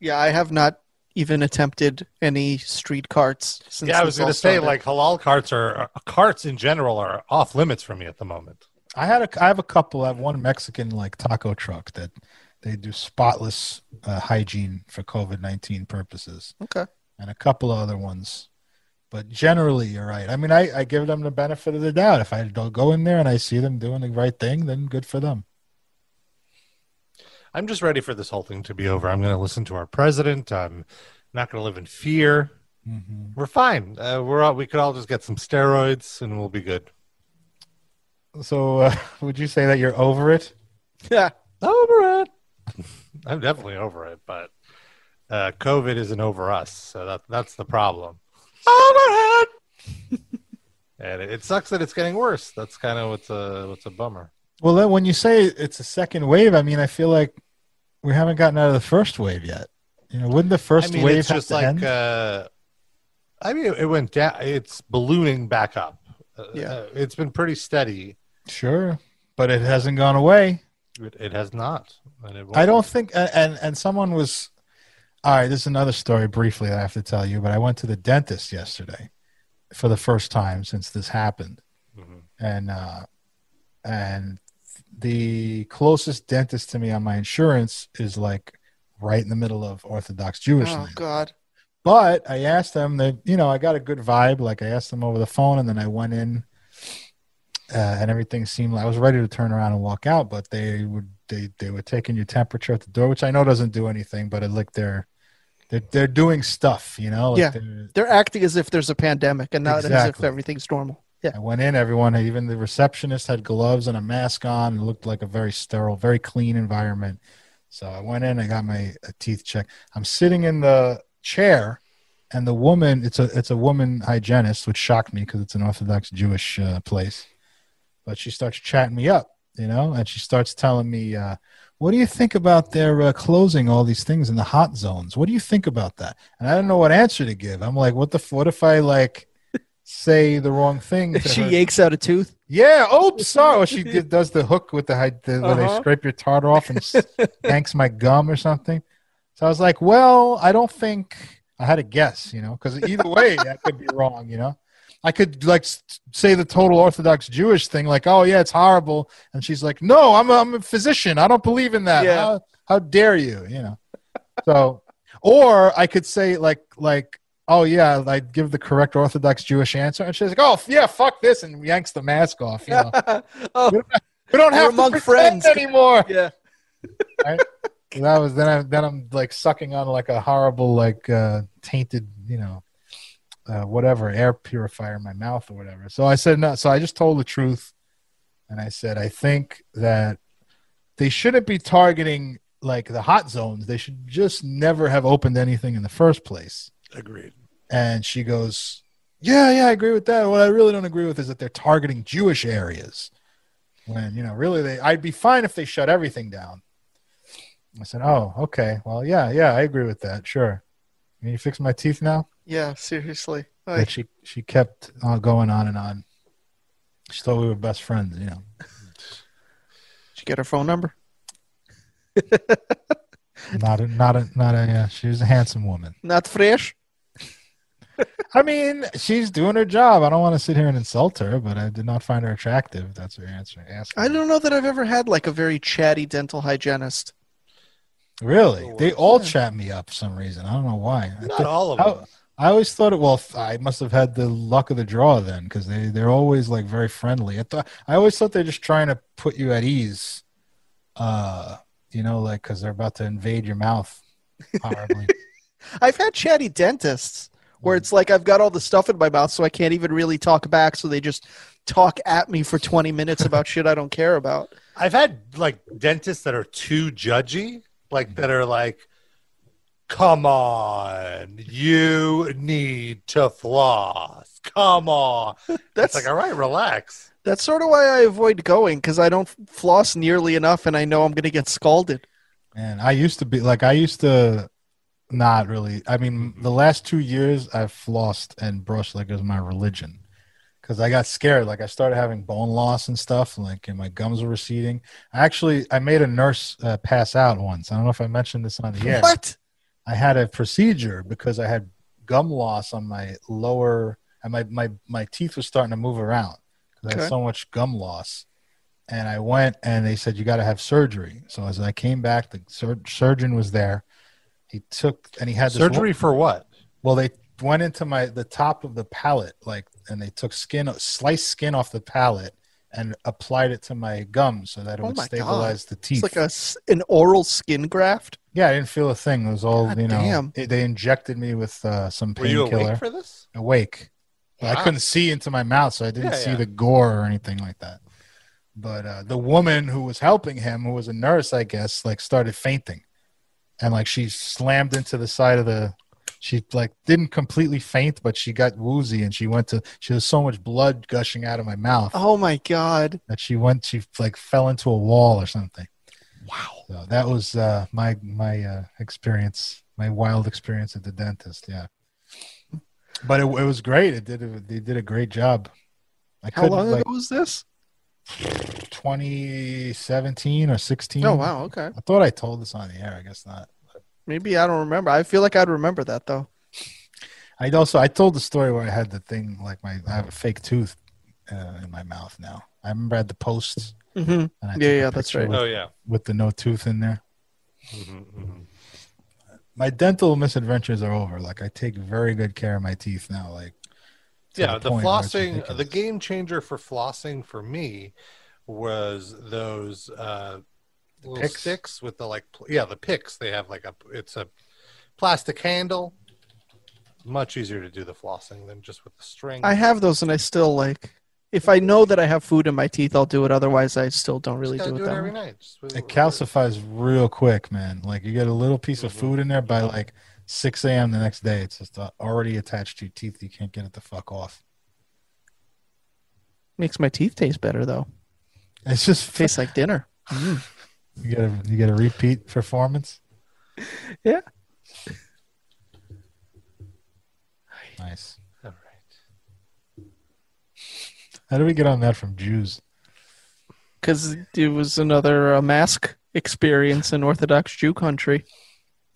Yeah, I have not even attempted any street carts since. yeah, I this was going all to say started. like halal carts are are- carts in general are off limits for me at the moment. I had a, I have a couple. I have one Mexican like taco truck that they do spotless uh, hygiene for COVID nineteen purposes. Okay. and a couple of other ones. But generally, you're right. I mean, I, I give them the benefit of the doubt. If I don't go in there and I see them doing the right thing, then good for them. I'm just ready for this whole thing to be over. I'm going to listen to our president. I'm not going to live in fear. Mm-hmm. We're fine. Uh, we're all, we could all just get some steroids and we'll be good. So, uh, would you say that you're over it? Yeah, over it. I'm definitely over it, but uh, COVID isn't over us, so that that's the problem. Over it. and it, it sucks that it's getting worse. That's kind of what's a what's a bummer. Well, then when you say it's a second wave, I mean, I feel like we haven't gotten out of the first wave yet. You know, wouldn't the first I mean, wave it's have just to like end? uh, I mean, it went down. It's ballooning back up. Uh, yeah, it's been pretty steady. Sure, but it hasn't gone away. It, it has not. And it won't. I don't think, and- and and someone was. All right, this is another story briefly that I have to tell you. But I went to the dentist yesterday for the first time since this happened, Mm-hmm. and uh, and the closest dentist to me on my insurance is like right in the middle of Orthodox Jewish Oh land. God. But I asked them that you know I got a good vibe. Like I asked them over the phone, and then I went in, uh, and everything seemed like I was ready to turn around and walk out. But they would they they were taking your temperature at the door, which I know doesn't do anything, but it like they're they're they're doing stuff, you know. Like yeah, they're- they're, acting as if there's a pandemic and not as if Exactly. everything's normal. I went in, everyone, even the receptionist had gloves and a mask on. It looked like a very sterile, very clean environment. So I went in, I got my uh, teeth checked. I'm sitting in the chair, and the woman, it's a it's a woman hygienist, which shocked me because it's an Orthodox Jewish uh, place. But she starts chatting me up. you know, and she starts telling me, uh, "What do you think about their uh, closing all these things in the hot zones? What do you think about that?" And I don't know what answer to give. I'm like, "What the? F- what if I like say the wrong thing?" to she her? yanks out a tooth. Yeah. Oh, sorry. Well, she did, does the hook with the, hy- the where they Uh-huh. scrape your tartar off and s- yanks my gum or something. So I was like, well, I don't think I had a guess, you know, because either way, I could be wrong, you know. I could like s- say the total Orthodox Jewish thing, like, oh yeah, it's horrible, and she's like, no, I'm a, I'm a physician. I don't believe in that. Yeah. How, how dare you? You know. So, or I could say like like. Oh yeah, like give the correct Orthodox Jewish answer, and she's like, "Oh yeah, fuck this," and yanks the mask off. You know? oh, We don't have to We're among pretend friends. anymore. yeah. And That was then. I, then I'm like sucking on like a horrible like uh, tainted you know uh, whatever air purifier in my mouth or whatever. So I said no. So I just told the truth, and I said I think that they shouldn't be targeting like the hot zones. They should just never have opened anything in the first place. Agreed. And she goes, Yeah, yeah, I agree with that. What I really don't agree with is that they're targeting Jewish areas. When, you know, really they I'd be fine if they shut everything down. I said, Oh, okay. Well, yeah, yeah, I agree with that. Sure. Can you fix my teeth now? Yeah, seriously. But she she kept uh, going on and on. She thought we were best friends, you know. Did you get her phone number? Not a not a not a yeah, she was a handsome woman. Not fresh. I mean, she's doing her job. I don't want to sit here and insult her, but I did not find her attractive. if That's her answer. Ask I don't know that I've ever had like a very chatty dental hygienist. Really? They all chat me up for some reason. I don't know why. I Not thi- all of I- them. I, always thought it. Well, th- I must have had the luck of the draw then, because they they're always like very friendly. I thought I always thought they're just trying to put you at ease. Uh, you know, like because they're about to invade your mouth. Horribly. I've had chatty dentists where it's like I've got all the stuff in my mouth so I can't even really talk back, so they just talk at me for 20 minutes about shit I don't care about. I've had like dentists that are too judgy, like that are like, come on, you need to floss. Come on. That's That's- like, all right, relax. That's sort of why I avoid going because I don't floss nearly enough and I know I'm going to get scalded. Man, I used to be like I used to not really. I mean, the last two years I've flossed and brushed like it was my religion because I got scared. Like I started having bone loss and stuff. Like and my gums were receding. Actually, I made a nurse uh, pass out once. I don't know if I mentioned this on the air. What? I had a procedure because I had gum loss on my lower and my my, my teeth were starting to move around because I Okay. had so much gum loss. And I went and they said you got to have surgery. So as I came back, the sur- surgeon was there. He took and he had this Surgery for what? well, they went into my the top of the palate, like, and they took skin, sliced skin off the palate, and applied it to my gum so that it Oh would my God. stabilize the teeth. It's like a, s- an oral skin graft. yeah, I didn't feel a thing. It was all God you know. damn. it- they injected me with uh, some Were you painkiller. awake for this? awake. But I Wow. couldn't see into my mouth, so I didn't Yeah, see yeah. the gore or anything like that. But uh, the woman who was helping him, who was a nurse, I guess, like started fainting, and like she slammed into the side of the. She like didn't completely faint, but she got woozy, and she went to. She was so much blood gushing out of my mouth Oh my God. that she went. She like fell into a wall or something. Wow. So that was uh, my my uh, experience, my wild experience at the dentist. Yeah. But it, it was great. It did. A, they did a great job. I How couldn't, long like, ago was this? 2017 or 16. Oh, wow. Okay. I thought I told this on the air. I guess not. Maybe I don't remember. I feel like I'd remember that though. I also I told the story where I had the thing like my I have a fake tooth uh, in my mouth now. I remember I had the post. Mm-hmm. And I Yeah, took a yeah, that's picture right. With, Oh, yeah. Mm-hmm, with the no tooth in there. My dental misadventures are over. Like I take very good care of my teeth now. Like to yeah, the, point where it's flossing, the ridiculous. game changer for flossing for me was those uh, little picks? sticks with the like, pl- yeah, the picks. They have like a, it's a plastic handle. Much easier to do the flossing than just with the string. I have those and I still like, if I know that I have food in my teeth, I'll do it. Otherwise, I still don't really Just do gotta it do it that every much. night. Just with- It calcifies real quick, man. Like you get a little piece of food in there by like 6 a.m. the next day. It's just uh, already attached to your teeth. You can't get it the fuck off. Makes my teeth taste better though. It's just tastes like dinner. You get a you get a repeat performance. Yeah. Nice. All right. How do we get on that from Jews? Because it was another uh, mask experience in Orthodox Jew country.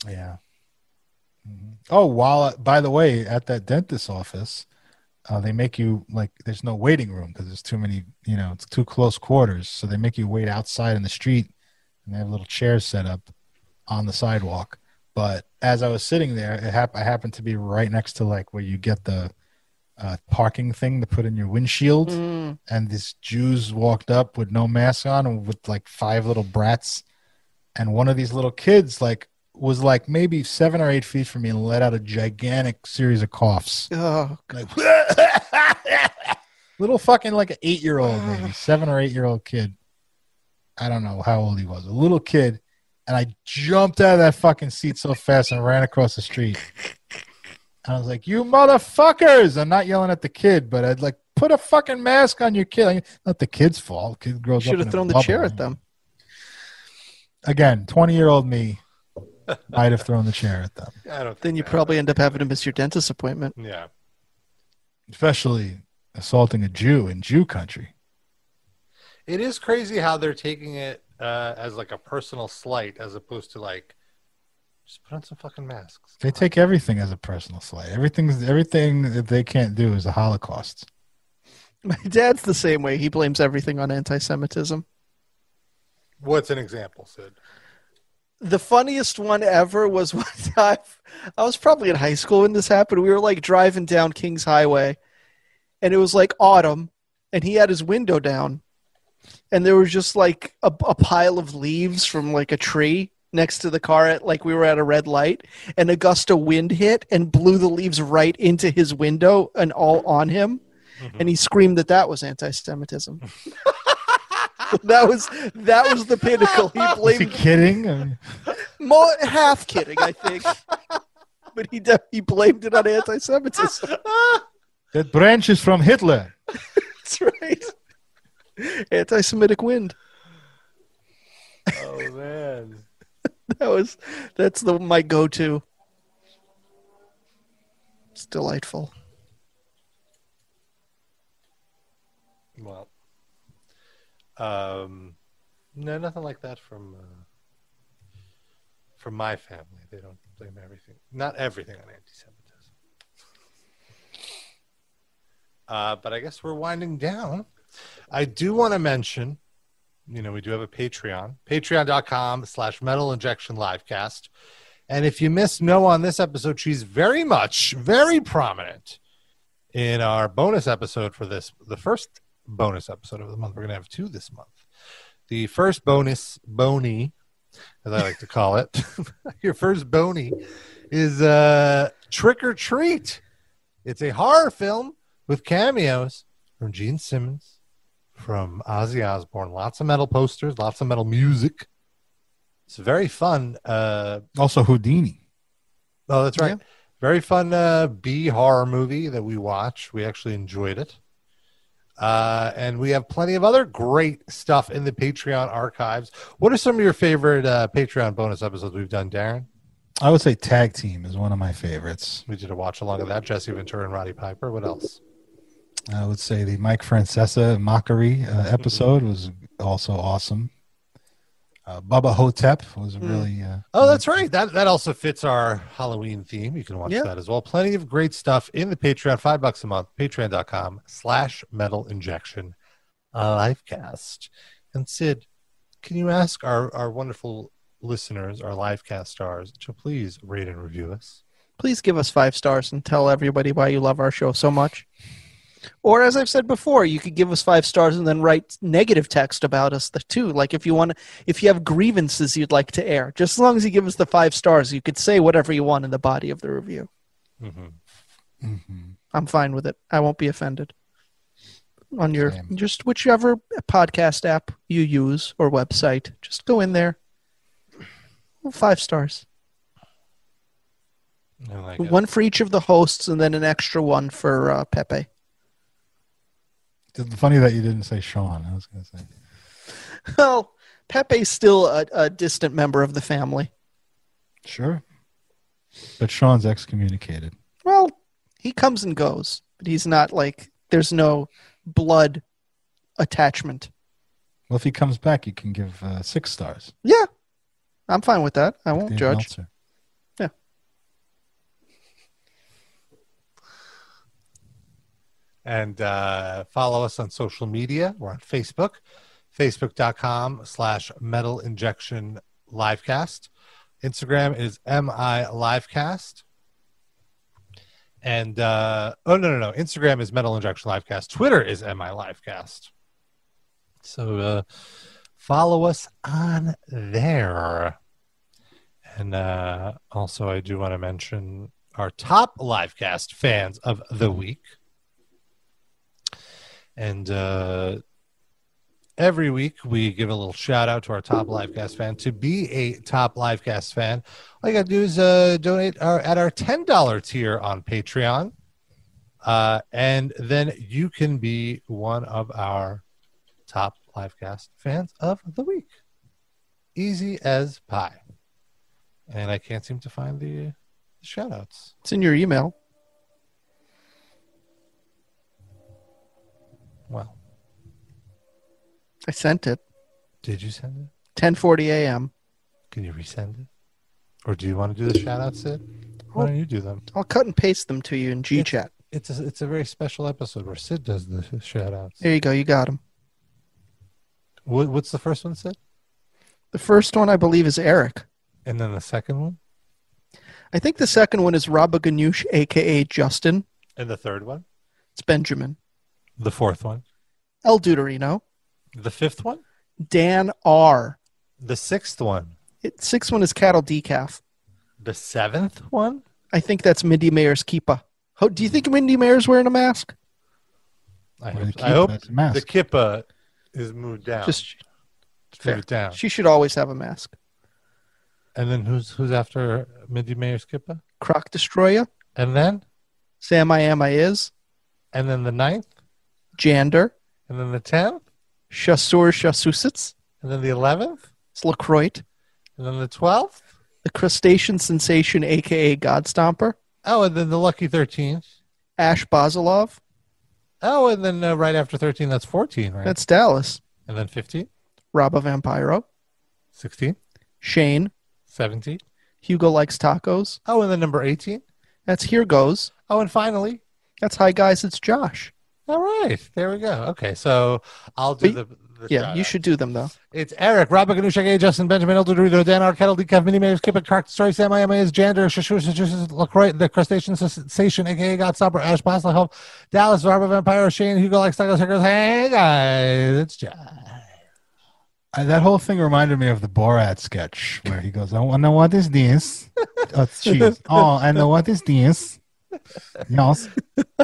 Yeah. Mhm. Oh, while by the way, at that dentist's office, uh, they make you like there's no waiting room because there's too many, you know, it's too close quarters. So they make you wait outside in the street, and they have little chairs set up on the sidewalk. But as I was sitting there, it hap- I happened to be right next to like where you get the uh, parking thing to put in your windshield, and these Jews walked up with no mask on and with like five little brats and one of these little kids like was like maybe seven or eight feet from me and let out a gigantic series of coughs. Oh, like, little fucking like an eight year old, maybe seven or eight year old kid. I don't know how old he was, a little kid, and I jumped out of that fucking seat so fast and ran across the street. And I was like, "You motherfuckers!" I'm not yelling at the kid, but I'd like put a fucking mask on your kid. Like, not the kid's fault. Kid grows up. Should in have a thrown the bubble, chair you at know? them. Again, twenty year old me might have thrown the chair at them. I don't Then you probably end up having to miss your dentist appointment. Yeah. especially assaulting a Jew in Jew country. It is crazy how they're taking it uh, as like a personal slight as opposed to like just put on some fucking masks. They take everything as a personal slight. Everything's everything that they can't do is a Holocaust. My dad's the same way. He blames everything on anti Semitism. What's an example, Sid? the funniest one ever was one time I was probably in high school when this happened. We were like driving down King's Highway and it was like autumn and he had his window down and there was just like a, a pile of leaves from like a tree next to the car at like we were at a red light and a gust of wind hit and blew the leaves right into his window and all on him and he screamed that that was anti-semitism that was that was the pinnacle he Is he blamed kidding? I mean, more half kidding, I think. but he de- he blamed it on anti-Semitism. that branch is from Hitler. That's right. Anti-Semitic wind. Oh man. That was that's the my go-to. It's delightful. Well. Um no, nothing like that from uh, from my family. They don't blame everything. Not everything on anti-Semitism. Uh, but I guess we're winding down. I do want to mention, you know, we do have a Patreon, patreon.com slash metal injection livecast. And if you miss Noah on this episode, she's very much, very prominent in our bonus episode for this, the first bonus episode of the month. We're going to have two this month. The first bonus, bony, as I like to call it, your first bony is uh, Trick or Treat. It's a horror film with cameos from Gene Simmons, from Ozzy Osbourne, lots of metal posters, lots of metal music. It's very fun. Uh, Also Houdini. oh, that's right. Very fun uh, B horror movie that we watched. We actually enjoyed it. Uh, and we have plenty of other great stuff in the Patreon archives. What are some of your favorite uh, Patreon bonus episodes we've done, Darren? I would say tag team is one of my favorites. We did a watch along of that. Jesse Ventura and Roddy Piper. What else? I would say the Mike Francesa mockery Mm-hmm. uh, episode was also awesome. Uh, Bubba Hotep was really uh, Oh, that's right. That that also fits our Halloween theme. You can watch Yeah. that as well. Plenty of great stuff in the Patreon. Five bucks a month. Patreon.com slash metal injection livecast. And Sid, can you ask our, our wonderful listeners, our livecast stars, to please rate and review us? Please give us five stars and tell everybody why you love our show so much. Or as I've said before, you could give us five stars and then write negative text about us the too. Like if you want if you have grievances you'd like to air. Just as long as you give us the five stars, you could say whatever you want in the body of the review. Mm-hmm. I'm fine with it. I won't be offended. On your just whichever podcast app you use or website, just go in there. Five stars. I like it. One for each of the hosts, and then an extra one for uh, Pepe. It's funny that you didn't say Sean. I was going to say Well, Pepe's still a, a distant member of the family. Sure. But Sean's excommunicated. Well, he comes and goes, but he's not like there's no blood attachment. Well, if he comes back, you can give uh, six stars. Yeah, I'm fine with that. I won't Dave judge. Meltzer. Yeah. and uh, follow us on social media. We're on Facebook, facebook.com slash metal injection livecast. Instagram is MI livecast. And uh, oh, no, no, no. Instagram is metal injection livecast. Twitter is MI livecast. So uh, follow us on there. And uh, also, I do want to mention our top livecast fans of the week. And uh, every week we give a little shout out to our top livecast fan. To be a top livecast fan, all you got to do is uh, donate our, at our ten dollar tier on Patreon, uh, and then you can be one of our top livecast fans of the week. Easy as pie. And I can't seem to find the, the shout outs. It's in your email. Well, I sent it. did you send it? 10:40 a.m. Can you resend it? Or do you want to do the shout outs, Sid? Why don't you do them? I'll cut and paste them to you in GChat. It's a, it's a very special episode where Sid does the shout outs. There you go. You got them. What, what's the first one, Sid? The first one I believe is Eric. And then the second one? I think the second one is Rabba Ganoush, aka Justin. And the third one? It's Benjamin. The fourth one? El Deuterino. The fifth one? Dan R. The sixth one? It, sixth one is Cattle Decaf. The seventh one? I think that's Mindy Mayer's Kippa. Ho, do you think Mindy Mayer's wearing a mask? I Or hope, the I hope Kippa, it's a mask. the Kippa is moved down. Just It's moved down. she should always have a mask. And then who's who's after Mindy Mayer's Kippa? Croc Destroyer. And then? Sam I Am I Is. And then the ninth? Jander. And then the tenth? Chasseur Chassusets. And then the eleventh? It's LaCroix. And then the twelfth? The Crustacean Sensation, aka Godstomper. Oh, and then the lucky 13th. Ash Bozilov. Oh, and then uh, right after 13, that's 14, right? That's Dallas. and then 15, Rabba Vampiro. 16, Shane. 17. Hugo Likes Tacos. Oh, and then number 18. That's Here Goes. Oh, and finally. That's Hi Guys, it's Josh. All right. There we go. Okay. So I'll do the. But- the yeah, shout you out. should do them though. It's Eric, Robert Ganushake, Justin Benjamin, Elder Dorito, Dan Arkettle, Decaf, Mini Mayor, Skip it, Clark, Story, Sam IMA is Jander, Shashu, Shashu, LaCroix, The Crustacean Sensation, aka Godstopper, Ash Boslahov, Dallas, Robert Vampire, Shane, Hugo Likes Tacos, Hackers. Hey, guys. It's Josh. I, Uh, that whole thing reminded me of the Borat sketch where he goes, I want to know what is this? Oh, cheese. Oh, I know what is this? Yes.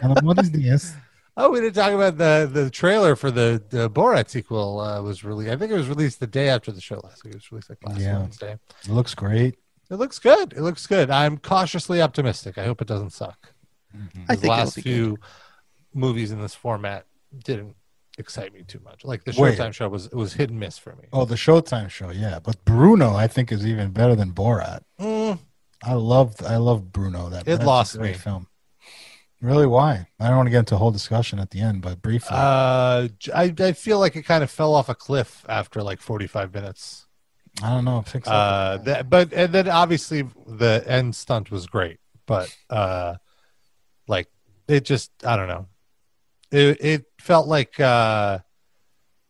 I know what is this? Oh, we didn't talk about the the trailer for the, the Borat sequel. Uh, was released. I think it was released the day after the show last week. It was released like last Yeah. Wednesday. It looks great. It looks good. It looks good. I'm cautiously optimistic. I hope it doesn't suck. I Mm-hmm. The think it'll last be few good. movies in this format didn't excite me too much. Like the Wait. Showtime show was it was hit and miss for me. Oh, the Showtime show, yeah. But Bruno, I think, is even better than Borat. Mm, I loved, I love Bruno. That It that's a lost great me. Film. Really? Why? I don't want to get into a whole discussion at the end, but briefly. uh, j- I I feel like it kind of fell off a cliff after like 45 minutes. I don't know. Fix that. Uh, that, but and then obviously the end stunt was great, but uh, like it just I don't know. It it felt like uh,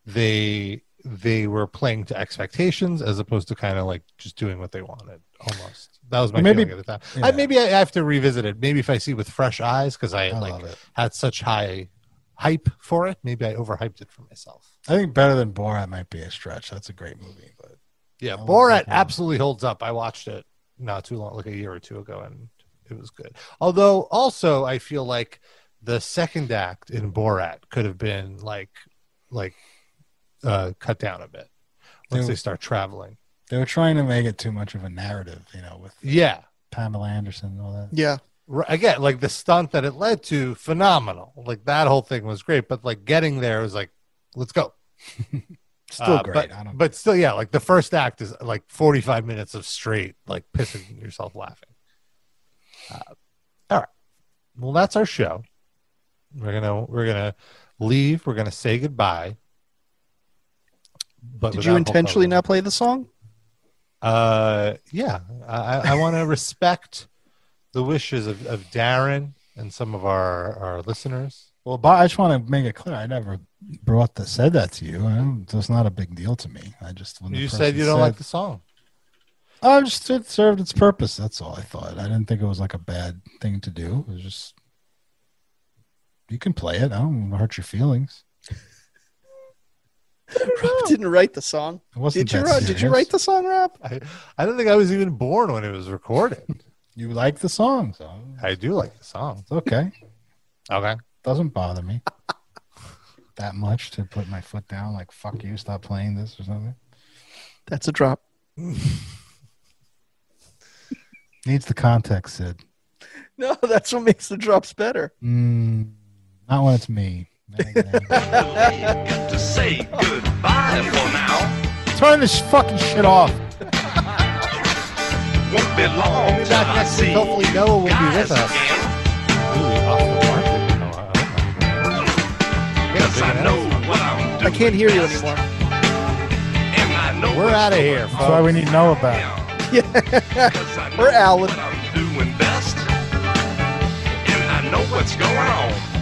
they they were playing to expectations as opposed to kind of like just doing what they wanted almost. That was my Maybe- feeling at the time. I, yeah. maybe I have to revisit it. Maybe if I see with fresh eyes because I, I like love it. had such high hype for it. Maybe I overhyped it for myself. I think better than Borat might be a stretch. That's a great movie, but Yeah, That was Borat definitely- absolutely holds up. I watched it not too long, like a year or two ago, and it was good. Although, also, I feel like the second act in Borat could have been like, like, uh, cut down a bit once Yeah. they start traveling. they were trying to make it too much of a narrative, you know, with Yeah, Pamela Anderson and all that. Yeah. Ri- again, like the stunt that it led to, phenomenal. Like that whole thing was great, but like getting there was like, let's go. Still Uh, great. But, I don't but still, yeah, like the first act is like 45 minutes of straight, like pissing yourself laughing. Uh, all right. Well, that's our show. We're gonna we're gonna leave. We're gonna say goodbye. But Did without you Hulk intentionally not play the song? uh, yeah, I, I want to respect the wishes of, of Darren and some of our, our listeners. Well, but I just want to make it clear. I never brought the said that to you. I don't, that's not a big deal to me. I just when the You said person you don't like the song. I just it served its purpose. That's all I thought. I didn't think it was like a bad thing to do. It was just you can play it. I don't wanna hurt your feelings. Rob didn't write the song. It wasn't did you? that Rob? Did you serious. write the song, Rob? I, I don't think I was even born when it was recorded. You like the song, so I do like the song. it's okay. Okay. Doesn't bother me that much to put my foot down. Like fuck you, stop playing this or something. That's a drop. Needs the context, Sid. No, that's what makes the drops better. Mm, not when it's me. to say goodbye for now. Turn this fucking shit off. Won't be long till I see Hopefully, Noah will be with us. Cause I know what I'm I can't hear you anymore. and I know We're out of here. That's why we need Noah back. Yeah. Or Alan. doing best. And I know what's going on.